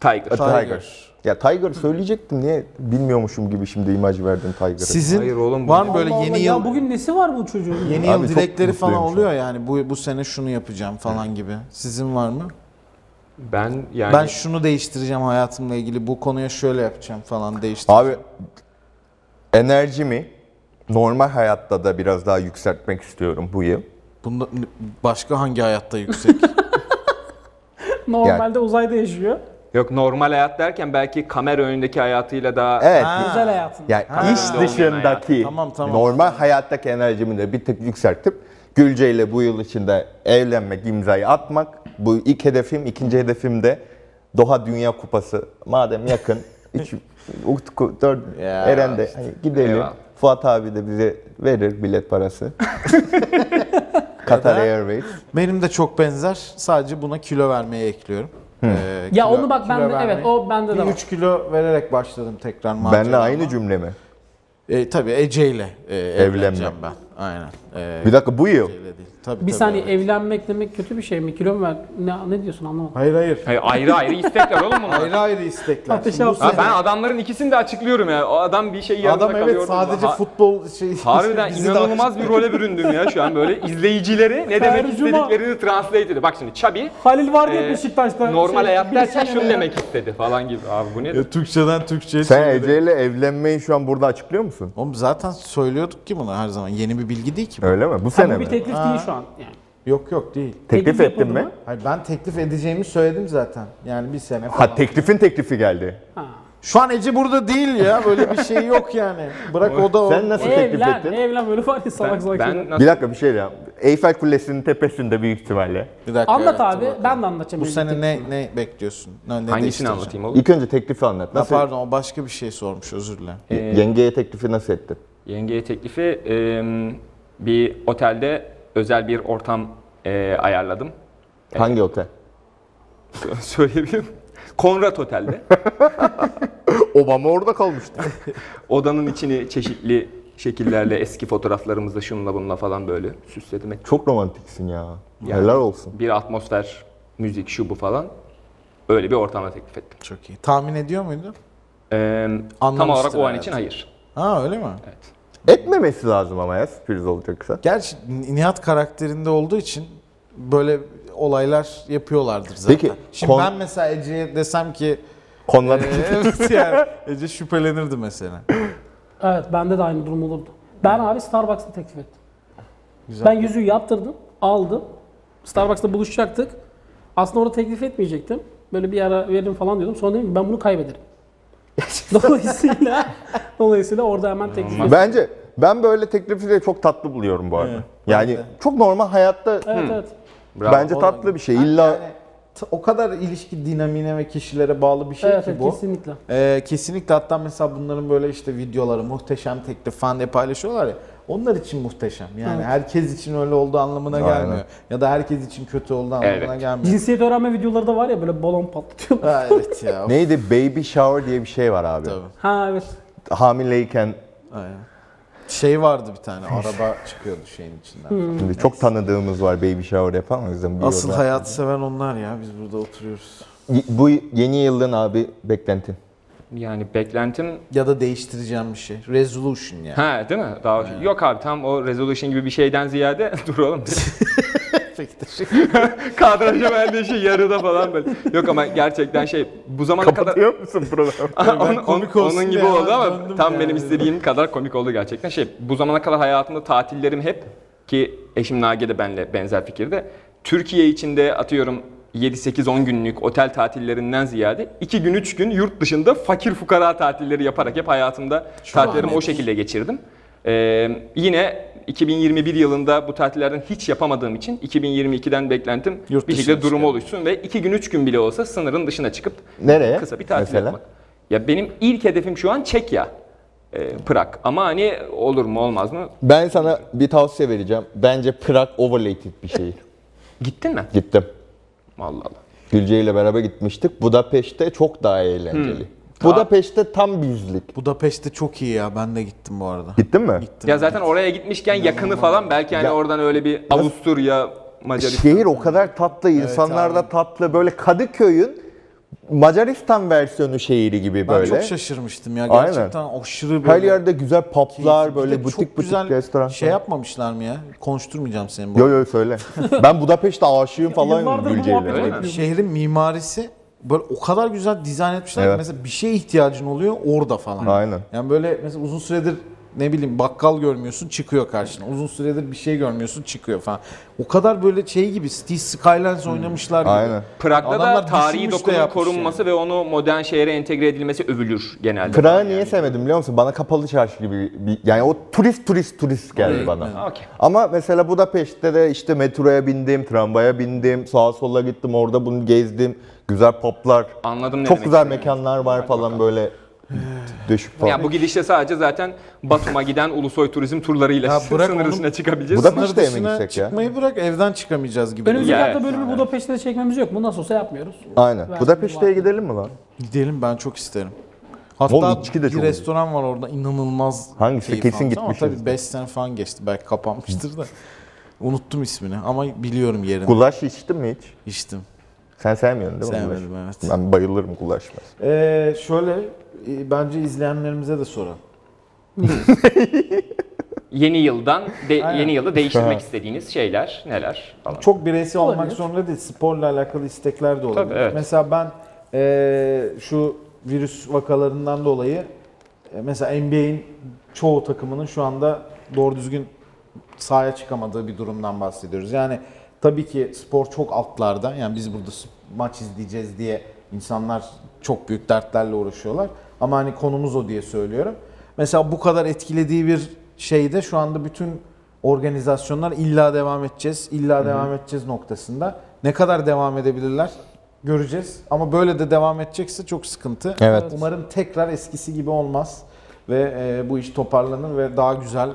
Tiger. a tiger. Tiger. Ya tiger söyleyecektim niye bilmiyormuşum gibi şimdi imaj verdim tiger'ı. Sizin Hayır oğlum, bu var ne? mı böyle yeni ya yıl bugün nesi var bu çocuğun? yeni Abi yıl çok dilekleri falan mutluyum şu oluyor yani. Bu bu sene şunu yapacağım falan gibi. Sizin var mı? Ben yani Ben şunu değiştireceğim hayatımla ilgili. Bu konuya şöyle yapacağım falan değiştireceğim. Abi enerjimi normal hayatta da biraz daha yükseltmek istiyorum bu yıl. Bunda başka hangi hayatta yüksek? Normalde uzayda yaşıyor. yok normal hayat derken belki kamera önündeki hayatıyla daha Evet. Güzel hayatın. Yani iş dışındaki Tamam, tamam. normal hayattaki enerjimi de bir tık yükseltip Gülce ile bu yıl içinde evlenmek, imzayı atmak. Bu ilk hedefim, ikinci hedefim de Doha Dünya Kupası. Madem yakın, üç, Utku, dört, Ya, Eren de hani gidelim. Eyvallah. Fuat abi de bize verir bilet parası. Qatar Airways. Benim de çok benzer. Sadece buna kilo vermeye ekliyorum. Ee, Ya kilo- onu bak ben kilo de evet vermeyi- o bende de Bir var. 3 kilo vererek başladım tekrar macerama. Benle aynı cümle mi? E, tabii Ece ile e, evleneceğim ben. Aynen. E, Bir dakika bu yıl. Ece ile değil. Tabii, Bir tabii, saniye evet. evlenmek demek kötü bir şey mi? Kilo mu ver? Ne, ne diyorsun anlamadım. Hayır hayır. Hayır, ayrı ayrı istekler oğlum bunlar. Ayrı ayrı istekler. Ateşe Şimdi bu attı. Ha, sene- ben adamların ikisini de açıklıyorum ya. O adam bir şey yarıda Adam kalıyor. evet sadece Ha- futbol şey. Harbiden bizi de inanılmaz bir role büründüm ya şu an böyle. izleyicileri ne demek Her cuma- istediklerini translate ediyor. Bak şimdi Çabi Halil var ya e, Beşiktaş'ta. normal şey, hayat derken şunu Beşiktaş'ta- demek istedi falan gibi. Abi bu nedir? Ya, Türkçeden Türkçe'ye Sen çevirerek- Ece ile evlenmeyi şu an burada açıklıyor musun? Oğlum zaten söylüyorduk ki bunu her zaman. Yeni bir bilgi değil ki bu. Öyle mi? Bu Ha, sene bu mi? bir teklif değil şu an. Yani. Yok yok değil. Teklif Teklif ettin yapıldı mi? mı? Hayır ben teklif edeceğimi söyledim zaten. Yani bir sene falan. Ha teklifin teklifi geldi. Şu an Ece burada değil ya. Böyle bir şey yok yani. Bırak o da o. Sen nasıl teklif Evlen, ettin? evlen böyle var ya salak salak. şeyler. Ben Bir nasıl dakika bir şey ya. Eyfel Kulesi'nin tepesinde büyük ihtimalle. Bir dakika, Anlat evet, abi dur bakalım. ben de anlatacağım. Bu benim sene teklif. ne ne bekliyorsun? Ne, ne hangisini değiştireceksin? anlatayım oğlum? İlk önce teklifi anlat. Ha, Nasıl? pardon o başka bir şey sormuş özür dilerim. Yengeye teklifi nasıl ettin? Yengeye teklifi e, bir otelde özel bir ortam e, ayarladım. Hangi otel? Söyleyebilirim. Konrad Otel'de. Obama orada kalmıştı. Odanın içini çeşitli şekillerle eski fotoğraflarımızla şunla bununla falan böyle süsledim. Çok romantiksin ya. Yani. Helal olsun. Bir atmosfer, müzik şu bu falan. Öyle bir ortamda teklif ettim. Çok iyi. Tahmin ediyor muydun? Ee, tam Anlamıştır olarak o an herhalde. için hayır. Ha öyle mi? Evet. Etmemesi lazım ama ya sürpriz olacaksa. Gerçi Nihat karakterinde olduğu için böyle olaylar yapıyorlardır zaten. Peki, Şimdi kon- ben mesela Ece'ye desem ki e, Konular evet yani Ece şüphelenirdi mesela. Evet bende de aynı durum olurdu. Ben abi Starbucks'ta teklif ettim. Ben yüzüğü yaptırdım, aldım. Starbucks'ta buluşacaktık. Aslında orada teklif etmeyecektim. Böyle bir ara veririm falan diyordum. Sonra dedim ki ben bunu kaybederim. dolayısıyla dolayısıyla orada hemen teklif ettim. Bence Ben böyle teklifi de çok tatlı buluyorum bu arada. Evet, yani çok normal hayatta Evet evet. Bravo. bence tatlı bir şey. İlla Yani t- o kadar ilişki dinamiğine ve kişilere bağlı bir şey Evet, ki evet, bu. kesinlikle. Ee, kesinlikle hatta mesela bunların böyle işte videoları muhteşem teklif falan diye paylaşıyorlar ya. Onlar için muhteşem. Yani herkes için öyle olduğu anlamına gelmiyor. Ya da herkes için kötü olduğu anlamına Evet. gelmiyor. Cinsiyet öğrenme videoları da var ya böyle balon patlatıyorlar. Ha, evet ya. neydi baby shower diye bir şey var abi. Tabii. Ha evet. Hamileyken Aynen. Şey vardı bir tane araba çıkıyordu şeyin içinden. şimdi çok tanıdığımız var baby shower yapan o yüzden bir Asıl yolda- hayatı seven onlar ya. Biz burada oturuyoruz. Y- Bu yeni yılın abi beklentin. Yani beklentim Ya da değiştireceğim bir şey. Resolution yani. Ha değil mi? Daha yok abi tam o resolution gibi bir şeyden ziyade dur oğlum. Peki teşekkür Kadraja verdiği şey yarıda falan böyle. Yok ama gerçekten şey bu zamana kadar musun programı? onun, komik onun- olsun onun gibi diye oldu ama döndüm tam yani. benim istediğim kadar komik oldu gerçekten. Şey bu zamana kadar hayatımda tatillerim hep ki eşim Nage de benle benzer fikirde. Türkiye içinde atıyorum 7-8-10 günlük otel tatillerinden ziyade 2 gün 3 gün yurt dışında fakir fukara tatilleri yaparak hep hayatımda tatillerimi o şekilde geçirdim. Ee, yine 2021 yılında bu tatillerden hiç yapamadığım için 2022'den beklentim Yurt bir şekilde dışına durumu çıkıyor. oluşsun ve 2 gün 3 gün bile olsa sınırın dışına çıkıp Nereye? kısa bir tatil Mesela? yapmak. Ya benim ilk hedefim şu an Çekya. Ee, Prag. Ama hani olur mu olmaz mı? Ben sana bir tavsiye vereceğim. Bence Prag overrated bir şehir. Gittin mi? Gittim. Allah Allah. Gülce ile beraber gitmiştik. Budapeşte çok daha Hmm. eğlenceli. Budapeşte tam bizlik. Budapeşte çok iyi ya. Ben de gittim bu arada. Gittin mi? Gittim. Ya zaten oraya gitmişken yakını falan belki hani Ya- Şey, oradan öyle bir Avusturya, Macaristan. Şehir o kadar tatlı, insanlar da tatlı. Böyle Kadıköy'ün Macaristan versiyonu şehri gibi Ben böyle. çok şaşırmıştım ya. Aynen. Gerçekten aşırı böyle. Her yerde güzel keyifli. Bir publar, de böyle çok butik butik güzel restoran. Şey yapmamışlar mı ya? Konuşturmayacağım seni bu. Yo yo söyle. ben Budapeşte aşığım falan Yıllardır bu Gülce ile. muhabbeti öyle mi? yapıyorum. Şehrin mimarisi böyle o kadar güzel dizayn etmişler. ki Evet. Mesela bir şeye ihtiyacın oluyor orada falan. Aynen. Yani böyle mesela uzun süredir ne bileyim bakkal görmüyorsun çıkıyor karşına. Uzun süredir bir şey görmüyorsun çıkıyor falan. O kadar böyle şey gibi Steve Skylines oynamışlar gibi. Aynen. Prag'da Adamlar da tarihi düşünmüş de dokunun yapmış korunması ve onu modern şehre entegre edilmesi övülür genelde. Prag'ı niye sevmedim biliyor musun? Bana kapalı çarşı gibi bir, yani o turist turist turist geldi bana. Okey. Ama mesela Budapeşte de işte metroya bindim, tramvaya bindim, sağa sola gittim, orada bunu gezdim. Güzel poplar, Anladım ne çok demek güzel istediğini. mekanlar var falan böyle düşük falan. Yani bu gidişle sadece zaten Batum'a giden Ulusoy turizm turlarıyla Ya bırak sınır onu- dışına çıkabileceğiz. Bu da- Sınır Budapeşte'ye mi dışına gitsek ya? Çıkmayı bırak evden çıkamayacağız gibi. Önümüzdeki Evet. hafta bölümü Budapeşte'de çekmemiz yok. Bu nasıl olsa yapmıyoruz. Aynen. Verdim Budapeşte'ye var. gidelim mi lan? Gidelim ben çok isterim. Hatta Oğlum içki de bir çok restoran var orada inanılmaz. Hangisi? keyif Kesin aldım Ama gitmişiz. tabii 5 sene falan geçti belki kapanmıştır da. Unuttum ismini ama biliyorum yerini. Gulaş içtin mi hiç? İçtim. Sen sevmiyorsun değil mi? gulaş? Sevmedim evet. Ben bayılırım gulaşma. Ee, şöyle e, bence izleyenlerimize de soralım. Yeni yıldan, de- Aynen. yeni yılda Ha. değiştirmek istediğiniz şeyler neler? Falan. Çok bireysel olmak Olabilir. zorunda değil. Sporla alakalı istekler de olabilir. Tabii, evet. Mesela ben e, şu virüs vakalarından dolayı e, mesela NBA'in çoğu takımının şu anda doğru düzgün sahaya çıkamadığı bir durumdan bahsediyoruz. Yani tabii ki spor çok altlarda. Yani biz burada s- maç izleyeceğiz diye insanlar çok büyük dertlerle uğraşıyorlar. Ama hani konumuz o diye söylüyorum. Mesela bu kadar etkilediği bir şeyde şu anda bütün organizasyonlar illa devam edeceğiz, illa devam edeceğiz noktasında. Ne kadar devam edebilirler göreceğiz. Ama böyle de devam edecekse çok sıkıntı. Evet. Umarım tekrar eskisi gibi olmaz ve e, bu iş toparlanır ve daha güzel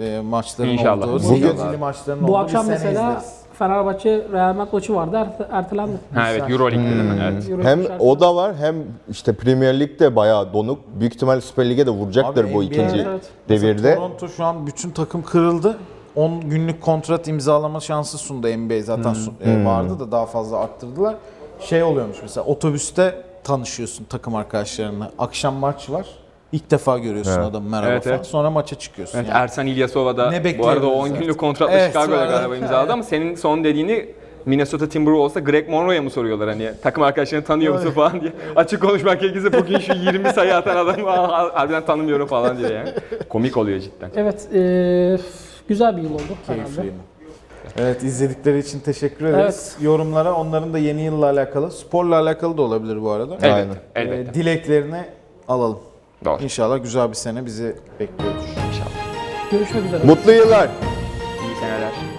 e, maçların İnşallah. olduğu, Bugün- seyircili maçların Bu olduğu akşam bir sene mesela izleriz. Fenerbahçe Real Madrid maçı vardı. erte- ertelendi. Ha evet Euroleague değil Hmm. mi? Evet. Euro Hem maçı o da var hem işte Premier Lig de bayağı donuk. Büyük ihtimal Süper Lig'e de vuracaklar Abi bu NBA ikinci evet, evet. devirde. Toronto şu an bütün takım kırıldı. 10 günlük kontrat imzalama şansı sundu NBA zaten Hmm. su- e, vardı da daha fazla arttırdılar. Şey oluyormuş mesela otobüste tanışıyorsun takım arkadaşlarına. Akşam maç var. İlk defa görüyorsun adamı merhaba Evet, falan. evet. Sonra maça çıkıyorsun. Evet, yani. Ersan İlyasova da Ne bu arada bekleyebiliriz 10 artık? günlük kontratla Evet, Chicago'ya sonra- galiba imzaladı ama senin son dediğini Minnesota Timberwolves'ta Greg Monroe'ya mı soruyorlar hani takım arkadaşlarını tanıyor musun falan diye. Açık konuşmak gerekirse bugün şu 20 sayı atan adamı harbiden tanımıyorum falan diye yani. Komik oluyor cidden. Evet. eee, güzel bir yıl oldu. herhalde. Keyifliyim. Evet izledikleri için teşekkür ederiz. Yorumlara onların da yeni yılla alakalı, sporla alakalı da olabilir bu arada. Elbette, Aynen. elbette. Ee, dileklerini alalım. Doğru. İnşallah güzel bir sene bizi bekliyordur. İnşallah. Görüşmek üzere. Mutlu yıllar. İyi seneler.